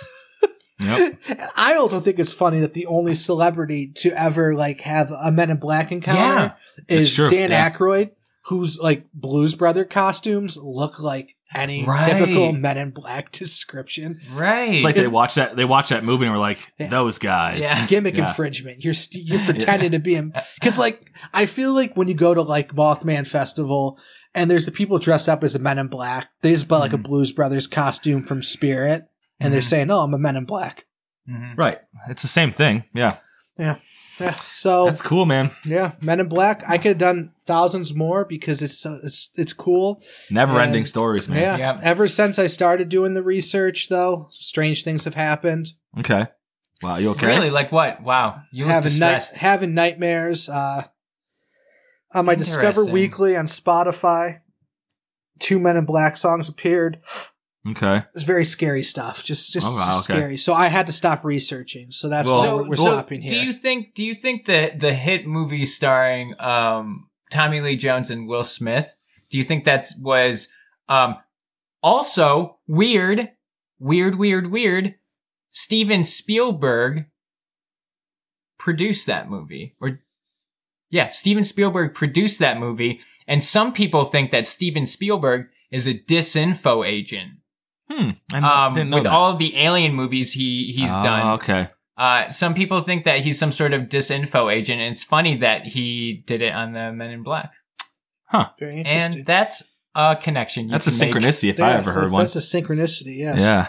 [SPEAKER 1] Yep.
[SPEAKER 2] I also think it's funny that the only celebrity to ever like have a Men in Black encounter is
[SPEAKER 1] That's true,
[SPEAKER 2] Dan
[SPEAKER 1] yeah.
[SPEAKER 2] Aykroyd, whose like Blues Brother costumes look like any
[SPEAKER 3] Right.
[SPEAKER 2] typical Men in Black description.
[SPEAKER 3] Right.
[SPEAKER 1] It's like
[SPEAKER 2] Is-
[SPEAKER 1] they watch that they watch that movie and were like,
[SPEAKER 2] Yeah.
[SPEAKER 1] those guys.
[SPEAKER 3] Yeah.
[SPEAKER 2] Gimmick
[SPEAKER 1] Yeah.
[SPEAKER 2] infringement. You're st- you're pretending to be him because like I feel like when you go to like Mothman Festival and there's the people dressed up as a Men in Black, they just buy like
[SPEAKER 1] Mm.
[SPEAKER 2] a Blues Brothers costume from Spirit, and they're
[SPEAKER 1] Mm-hmm.
[SPEAKER 3] Mhm.
[SPEAKER 2] saying, "Oh, I'm a Men in Black."
[SPEAKER 3] Mhm.
[SPEAKER 1] (laughs) Right. It's the same thing. Yeah.
[SPEAKER 2] Yeah, so
[SPEAKER 1] That's cool, man.
[SPEAKER 2] Yeah, Men in Black. I could have done thousands more because it's so it's it's cool.
[SPEAKER 1] Never ending
[SPEAKER 2] And-
[SPEAKER 1] stories, man.
[SPEAKER 2] Yeah.
[SPEAKER 3] Yeah.
[SPEAKER 2] Ever since I started doing the research, though, strange things have happened.
[SPEAKER 1] Okay. Wow, you okay?
[SPEAKER 3] Really? Like what? Wow. You look
[SPEAKER 2] having night,
[SPEAKER 3] distressed.
[SPEAKER 2] having nightmares. Uh, on my Discover
[SPEAKER 3] Interesting.
[SPEAKER 2] Weekly on Spotify, two Men in Black songs appeared.
[SPEAKER 1] Okay.
[SPEAKER 2] It's very scary stuff. Just just
[SPEAKER 1] Oh, wow, okay.
[SPEAKER 2] scary. So I had to stop researching. So that's
[SPEAKER 1] Well-
[SPEAKER 2] why
[SPEAKER 3] so,
[SPEAKER 2] we're, we're
[SPEAKER 3] so
[SPEAKER 2] stopping here.
[SPEAKER 3] do you think? Do you think that the hit movie starring um, Tommy Lee Jones and Will Smith? Do you think that was um, also weird? Weird, weird, weird. Steven Spielberg produced that movie, or yeah, Steven Spielberg produced that movie, and some people think that Steven Spielberg is a disinfo agent.
[SPEAKER 1] Hmm. I kn-
[SPEAKER 3] Um,
[SPEAKER 1] didn't know
[SPEAKER 3] with
[SPEAKER 1] that.
[SPEAKER 3] all of the alien movies he he's
[SPEAKER 1] Oh,
[SPEAKER 3] done,
[SPEAKER 1] Okay.
[SPEAKER 3] uh, some people think that he's some sort of disinfo agent, and it's funny that he did it on the Men in Black.
[SPEAKER 2] very interesting.
[SPEAKER 3] And that's a connection. You
[SPEAKER 1] That's a
[SPEAKER 3] can make.
[SPEAKER 1] synchronicity if I
[SPEAKER 2] Yes,
[SPEAKER 1] ever heard
[SPEAKER 2] that's,
[SPEAKER 1] one.
[SPEAKER 2] That's a synchronicity. Yes.
[SPEAKER 1] Yeah.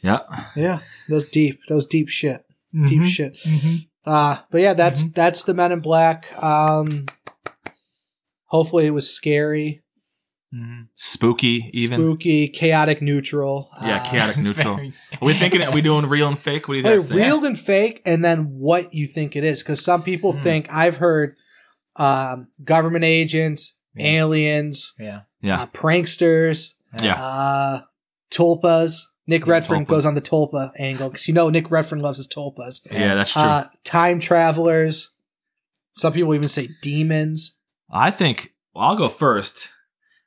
[SPEAKER 1] Yeah.
[SPEAKER 2] Yeah. Those deep. Those deep shit.
[SPEAKER 3] Mhm,
[SPEAKER 1] Mm-hmm.
[SPEAKER 2] deep shit.
[SPEAKER 3] mhm.
[SPEAKER 2] Uh, but yeah, that's that's the Men in Black. Um, hopefully, it was scary,
[SPEAKER 3] Mhm.
[SPEAKER 1] Spooky even.
[SPEAKER 2] spooky, chaotic, neutral.
[SPEAKER 1] Yeah,
[SPEAKER 2] Uh,
[SPEAKER 3] (laughs)
[SPEAKER 1] chaotic neutral.
[SPEAKER 3] Very-
[SPEAKER 1] Are we thinking are we doing real and fake? What do you
[SPEAKER 2] Hey,
[SPEAKER 1] guys think?
[SPEAKER 2] real and fake, and then what you think it is, because some people
[SPEAKER 1] Hmm.
[SPEAKER 3] Mhm.
[SPEAKER 2] think I've heard um, government agents,
[SPEAKER 3] Yeah.
[SPEAKER 2] aliens,
[SPEAKER 3] (laughs) Yeah.
[SPEAKER 1] Yeah.
[SPEAKER 2] uh, pranksters,
[SPEAKER 1] Yeah.
[SPEAKER 2] uh, tulpas. Nick
[SPEAKER 1] Yeah,
[SPEAKER 2] Redfern
[SPEAKER 1] tulpas.
[SPEAKER 2] goes on the tulpa angle because you know Nick Redfern loves his tulpas.
[SPEAKER 1] Yeah, that's true.
[SPEAKER 2] Uh, time travelers. Some people even say demons.
[SPEAKER 1] I think well, I'll go first.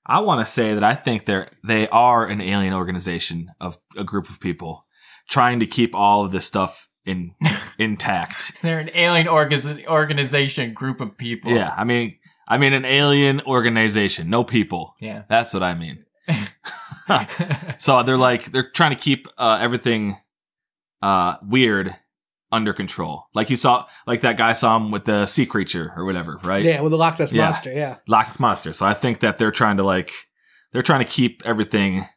[SPEAKER 1] I want to say that I think they're they are an alien organization of a group of people trying to keep all of this stuff in
[SPEAKER 3] (laughs)
[SPEAKER 1] intact.
[SPEAKER 3] They're an alien orga- organization group of people.
[SPEAKER 1] Yeah, I mean, I mean an alien organization, no people. (laughs)
[SPEAKER 3] Yeah.
[SPEAKER 1] That's what I mean. So they're like they're trying to keep uh, everything uh, weird under control. Like you saw, like that guy saw him with the sea creature or whatever, right?
[SPEAKER 2] Yeah, with the Loch Ness
[SPEAKER 1] Yeah.
[SPEAKER 2] monster. Yeah,
[SPEAKER 1] Loch Ness monster. So I think that they're trying to like they're trying to keep everything.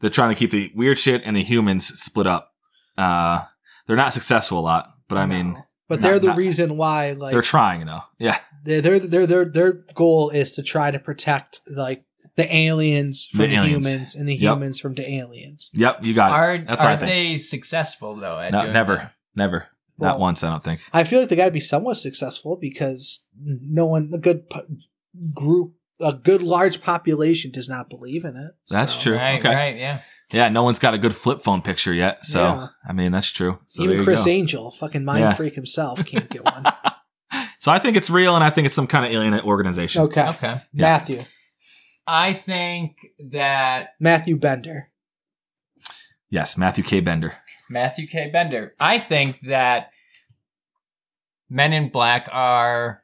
[SPEAKER 1] They're trying to keep the weird shit and the humans split up. Uh, they're not successful a lot, but I mean
[SPEAKER 2] No. but
[SPEAKER 1] not-
[SPEAKER 2] they're the
[SPEAKER 1] not-
[SPEAKER 2] reason why. Like
[SPEAKER 1] they're trying, you know. Yeah,
[SPEAKER 2] they're, they're, they're, their their goal is to try to protect like the aliens from
[SPEAKER 1] The
[SPEAKER 2] the,
[SPEAKER 1] aliens.
[SPEAKER 2] humans and the
[SPEAKER 1] Yep.
[SPEAKER 2] humans from the aliens.
[SPEAKER 1] yep, you
[SPEAKER 3] (laughs)
[SPEAKER 1] got
[SPEAKER 3] Are,
[SPEAKER 1] it. That's
[SPEAKER 3] are
[SPEAKER 1] what I think.
[SPEAKER 3] they successful, though? At
[SPEAKER 1] No,
[SPEAKER 3] doing
[SPEAKER 1] never,
[SPEAKER 3] that?
[SPEAKER 1] never,
[SPEAKER 2] Well-
[SPEAKER 1] not once. I don't think.
[SPEAKER 2] I feel like they got to be somewhat successful because no one, a good po- group, a good large population does not believe in it.
[SPEAKER 1] That's
[SPEAKER 2] So,
[SPEAKER 1] true.
[SPEAKER 3] Right,
[SPEAKER 1] okay.
[SPEAKER 3] right, yeah.
[SPEAKER 1] Yeah, no one's got a good flip phone picture yet. So
[SPEAKER 2] Yeah.
[SPEAKER 1] I mean, that's true. So there
[SPEAKER 2] Even
[SPEAKER 1] you
[SPEAKER 2] Chris
[SPEAKER 1] go.
[SPEAKER 2] Angel, fucking mind
[SPEAKER 1] Yeah. (laughs)
[SPEAKER 2] freak himself, can't get one.
[SPEAKER 1] it's So I think it's real, and I think it's some kind of alien organization.
[SPEAKER 2] Okay.
[SPEAKER 3] Okay.
[SPEAKER 2] Matthew.
[SPEAKER 3] I think that
[SPEAKER 2] Matthew Bender.
[SPEAKER 1] Yes, Matthew K. Bender.
[SPEAKER 3] Matthew K. Bender. I think that Men in Black are.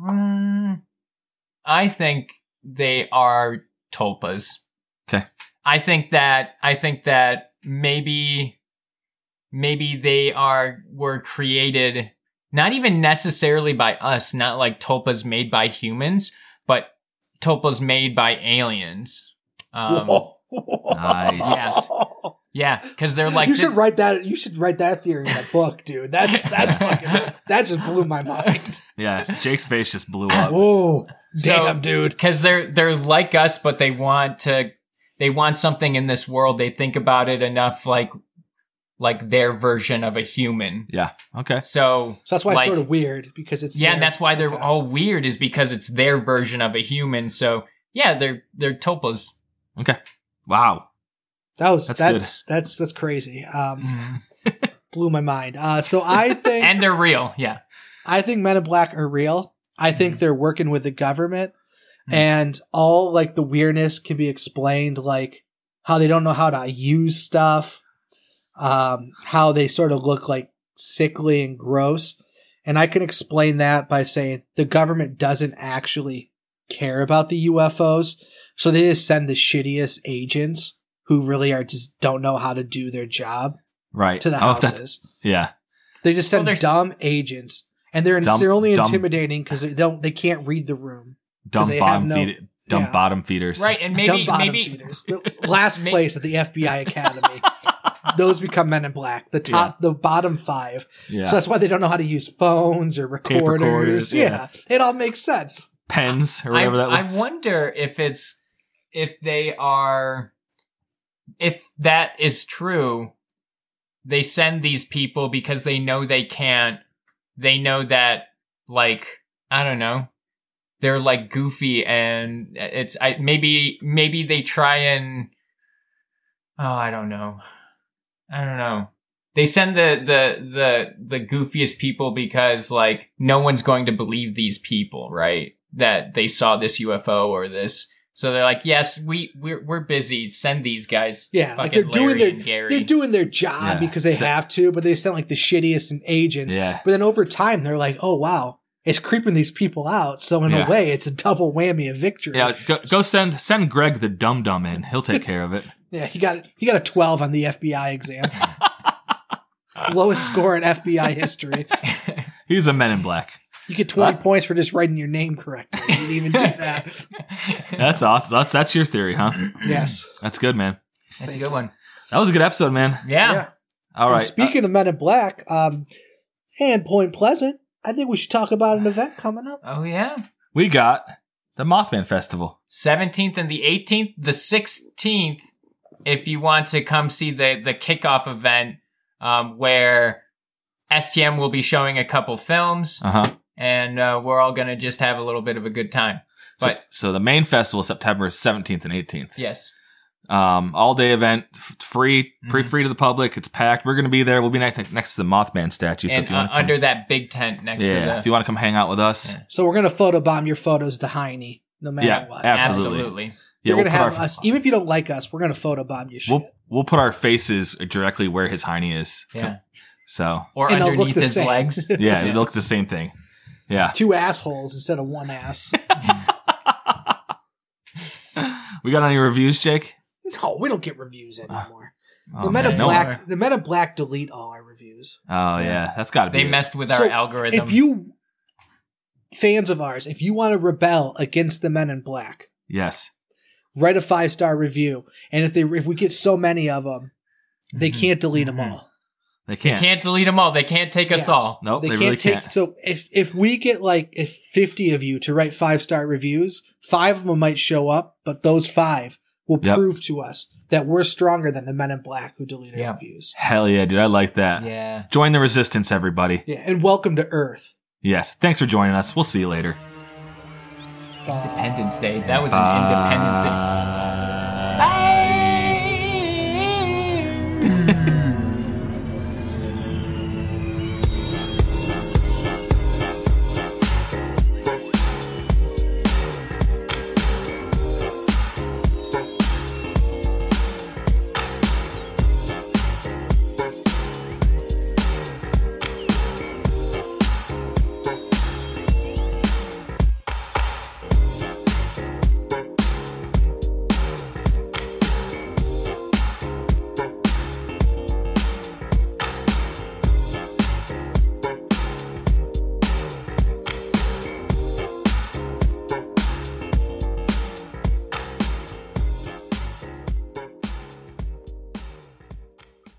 [SPEAKER 3] mm, I think they are tulpas.
[SPEAKER 1] Okay.
[SPEAKER 3] I think that I think that maybe maybe they are were created not even necessarily by us, not like tulpas made by humans, but tulpas made by aliens. Um,
[SPEAKER 2] (laughs)
[SPEAKER 1] Nice.
[SPEAKER 3] yeah, because they're like
[SPEAKER 2] you should
[SPEAKER 3] this-
[SPEAKER 2] write that. You should write that
[SPEAKER 3] (laughs)
[SPEAKER 2] theory in a book, dude. That's that's fucking. That just blew
[SPEAKER 3] (laughs)
[SPEAKER 2] my mind. (laughs)
[SPEAKER 1] Yeah, Jake's face
[SPEAKER 2] (coughs)
[SPEAKER 1] just blew up.
[SPEAKER 2] Whoa,
[SPEAKER 3] So-
[SPEAKER 2] damn, dude.
[SPEAKER 3] because they're they're like us, but they want to they want something in this world. They think about it enough, like like their version of a human.
[SPEAKER 1] Okay.
[SPEAKER 3] So
[SPEAKER 2] So that's why it's
[SPEAKER 3] Like-
[SPEAKER 2] sort of weird because it's uh,
[SPEAKER 3] yeah,
[SPEAKER 2] their-
[SPEAKER 3] and that's why they're
[SPEAKER 2] Okay.
[SPEAKER 3] all weird is because it's their version of a human. So yeah, they're they're topas.
[SPEAKER 1] Wow.
[SPEAKER 2] that was
[SPEAKER 1] that's
[SPEAKER 2] that's
[SPEAKER 1] good.
[SPEAKER 2] that's that's, crazy. Um, blew my mind. Uh, so
[SPEAKER 3] (laughs)
[SPEAKER 2] I think
[SPEAKER 3] And they're real, yeah.
[SPEAKER 2] I think Men in Black are real. I think they're working with the government, and all like the weirdness can be explained, like how they don't know how to use stuff, um, how they sort of look like sickly and gross. And I can explain that by saying the government doesn't actually care about the UFOs, so they just send the shittiest agents who really are just don't know how to do their job
[SPEAKER 1] Right.
[SPEAKER 2] to the
[SPEAKER 1] oh, that's
[SPEAKER 2] houses.
[SPEAKER 1] yeah.
[SPEAKER 2] They just send
[SPEAKER 3] Well, there's-
[SPEAKER 2] dumb agents, and they're
[SPEAKER 1] Dumb-
[SPEAKER 2] they're only
[SPEAKER 1] dumb-
[SPEAKER 2] intimidating because they don't they can't read the room.
[SPEAKER 1] Dumb
[SPEAKER 2] they have
[SPEAKER 1] bottom
[SPEAKER 2] no-
[SPEAKER 1] feed. Dumb
[SPEAKER 2] yeah.
[SPEAKER 1] bottom feeders.
[SPEAKER 3] Right, and
[SPEAKER 2] dumb
[SPEAKER 3] maybe
[SPEAKER 2] bottom
[SPEAKER 3] maybe
[SPEAKER 2] feeders.
[SPEAKER 3] (laughs)
[SPEAKER 2] The last
[SPEAKER 3] May-
[SPEAKER 2] place at the FBI
[SPEAKER 3] (laughs)
[SPEAKER 2] Academy. Those become Men in Black. The top, the bottom five.
[SPEAKER 1] Yeah.
[SPEAKER 2] So that's why they don't know how to use phones or
[SPEAKER 1] Tape
[SPEAKER 2] recorders.
[SPEAKER 1] recorders,
[SPEAKER 2] yeah. it all makes sense.
[SPEAKER 1] Pens or
[SPEAKER 3] I,
[SPEAKER 1] whatever that
[SPEAKER 3] I
[SPEAKER 1] was.
[SPEAKER 3] wonder if it's if they are if that is true they send these people because they know they can't they know that like i don't know they're like goofy and it's i maybe maybe they try and oh i don't know i don't know they send the the the the goofiest people because like no one's going to believe these people right that they saw this ufo or this so they're like yes we we're, we're busy send these guys
[SPEAKER 2] Yeah, like they're
[SPEAKER 3] Fucking
[SPEAKER 2] doing
[SPEAKER 3] Larry
[SPEAKER 2] their
[SPEAKER 3] and Gary.
[SPEAKER 2] they're doing their job
[SPEAKER 1] Yeah.
[SPEAKER 2] because they
[SPEAKER 1] So-
[SPEAKER 2] have to, but they send like the shittiest in agents.
[SPEAKER 1] Yeah.
[SPEAKER 2] But then over time, they're like, oh wow, it's creeping these people out. So in
[SPEAKER 1] Yeah.
[SPEAKER 2] a way, it's a double whammy of victory.
[SPEAKER 1] Yeah. Go, go send send Greg the dum dum in. He'll take care of it.
[SPEAKER 2] Yeah, he got he got a twelve on the FBI
[SPEAKER 1] (laughs)
[SPEAKER 2] exam. Lowest score in FBI history.
[SPEAKER 1] He's a Men in Black.
[SPEAKER 2] You get twenty points for just writing your name correctly. You didn't
[SPEAKER 1] (laughs)
[SPEAKER 2] even do that.
[SPEAKER 1] That's awesome. That's that's your theory, huh?
[SPEAKER 2] Yes.
[SPEAKER 1] That's good, man.
[SPEAKER 3] (laughs) that's a good one
[SPEAKER 1] That was a good episode, man.
[SPEAKER 3] yeah,
[SPEAKER 1] All
[SPEAKER 2] And
[SPEAKER 1] right. uh,
[SPEAKER 2] Speaking of Men in Black, um, and Point Pleasant, I think we should talk about an event coming up.
[SPEAKER 3] oh yeah
[SPEAKER 1] uh, we got the Mothman Festival.
[SPEAKER 3] 17th and the 18th, the 16th, if you want to come see the, the kickoff event, um, where STM will be showing a couple films
[SPEAKER 1] Uh huh.
[SPEAKER 3] and, uh, we're all going to just have a little bit of a good time.
[SPEAKER 1] So,
[SPEAKER 3] But-
[SPEAKER 1] so the main festival is September 17th and 18th.
[SPEAKER 3] Yes.
[SPEAKER 1] um, all day event, f- free, pre
[SPEAKER 3] Mhm.
[SPEAKER 1] free to the public. It's packed. We're gonna be there. We'll be next next to the Mothman statue. so
[SPEAKER 3] and
[SPEAKER 1] if you want
[SPEAKER 3] uh, under that big tent next
[SPEAKER 1] yeah,
[SPEAKER 3] to
[SPEAKER 1] if
[SPEAKER 3] the.
[SPEAKER 1] you want to come hang out with us,
[SPEAKER 3] Yeah.
[SPEAKER 2] So we're gonna photobomb your photos to Heine, no matter
[SPEAKER 1] Yeah,
[SPEAKER 2] what.
[SPEAKER 1] ab- absolutely.
[SPEAKER 3] Absolutely.
[SPEAKER 1] yeah,
[SPEAKER 2] You're
[SPEAKER 1] we'll
[SPEAKER 2] gonna
[SPEAKER 1] put
[SPEAKER 2] have
[SPEAKER 1] our,
[SPEAKER 2] us, even if you don't like us, we're gonna photobomb your shit.
[SPEAKER 1] We'll we'll put our faces directly where his hiney is. to-
[SPEAKER 3] Yeah.
[SPEAKER 1] so
[SPEAKER 3] Or
[SPEAKER 2] And it'll look
[SPEAKER 3] underneath
[SPEAKER 2] the
[SPEAKER 3] his
[SPEAKER 2] same. (laughs)
[SPEAKER 3] legs.
[SPEAKER 1] yeah, it
[SPEAKER 3] Yes.
[SPEAKER 1] looks the same thing. Yeah,
[SPEAKER 2] Two assholes instead of one
[SPEAKER 1] (laughs)
[SPEAKER 2] ass.
[SPEAKER 1] we got any reviews, Jake?
[SPEAKER 2] no, we don't get reviews anymore.
[SPEAKER 1] Oh,
[SPEAKER 2] the Men in
[SPEAKER 1] man, no-
[SPEAKER 2] Black, the Men in Black delete all our reviews.
[SPEAKER 1] Oh yeah, that's got to be.
[SPEAKER 3] They
[SPEAKER 1] it.
[SPEAKER 3] messed with our
[SPEAKER 2] So,
[SPEAKER 3] algorithm.
[SPEAKER 2] If you fans of ours, if you want to rebel against the Men in Black,
[SPEAKER 1] Yes.
[SPEAKER 2] write a five star review, and if they if we get so many of them, they
[SPEAKER 1] Mm-hmm.
[SPEAKER 3] Mhm.
[SPEAKER 2] can't delete them
[SPEAKER 3] Mhm.
[SPEAKER 2] all.
[SPEAKER 1] They can't.
[SPEAKER 3] can't delete them all. They can't take us
[SPEAKER 2] Yes.
[SPEAKER 3] all.
[SPEAKER 1] Nope, Oh, they,
[SPEAKER 2] can't
[SPEAKER 1] really
[SPEAKER 2] take
[SPEAKER 1] can't.
[SPEAKER 2] so if if we get like if fifty of you to write five star reviews, five of them might show up, but those five will
[SPEAKER 1] Yep.
[SPEAKER 2] prove to us that we're stronger than the Men in Black who deleted
[SPEAKER 3] Yeah.
[SPEAKER 2] reviews.
[SPEAKER 1] Hell yeah, dude! I like that.
[SPEAKER 3] Yeah.
[SPEAKER 1] Join the resistance, everybody.
[SPEAKER 2] Yeah, and welcome to Earth.
[SPEAKER 1] Yes. Thanks for joining us. We'll see you later.
[SPEAKER 2] Bye.
[SPEAKER 3] Independence Day. That was an
[SPEAKER 1] Uh,
[SPEAKER 3] Independence Day.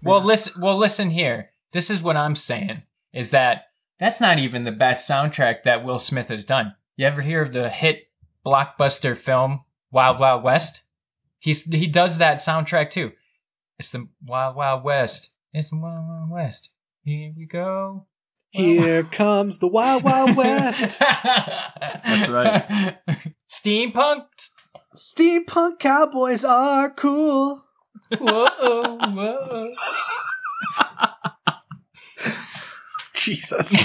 [SPEAKER 3] Well, listen. Well, listen here. This is what I'm saying: is that that's not even the best soundtrack that Will Smith has done. You ever hear of the hit blockbuster film Wild Wild West? He's he does that soundtrack too. It's the Wild Wild West. It's the Wild Wild West. Here we go.
[SPEAKER 2] Here comes the
[SPEAKER 3] (laughs)
[SPEAKER 2] Wild Wild West.
[SPEAKER 3] That's
[SPEAKER 5] right.
[SPEAKER 3] Steampunk.
[SPEAKER 2] Steampunk cowboys are cool.
[SPEAKER 3] Whoa, whoa. (laughs)
[SPEAKER 2] Jesus.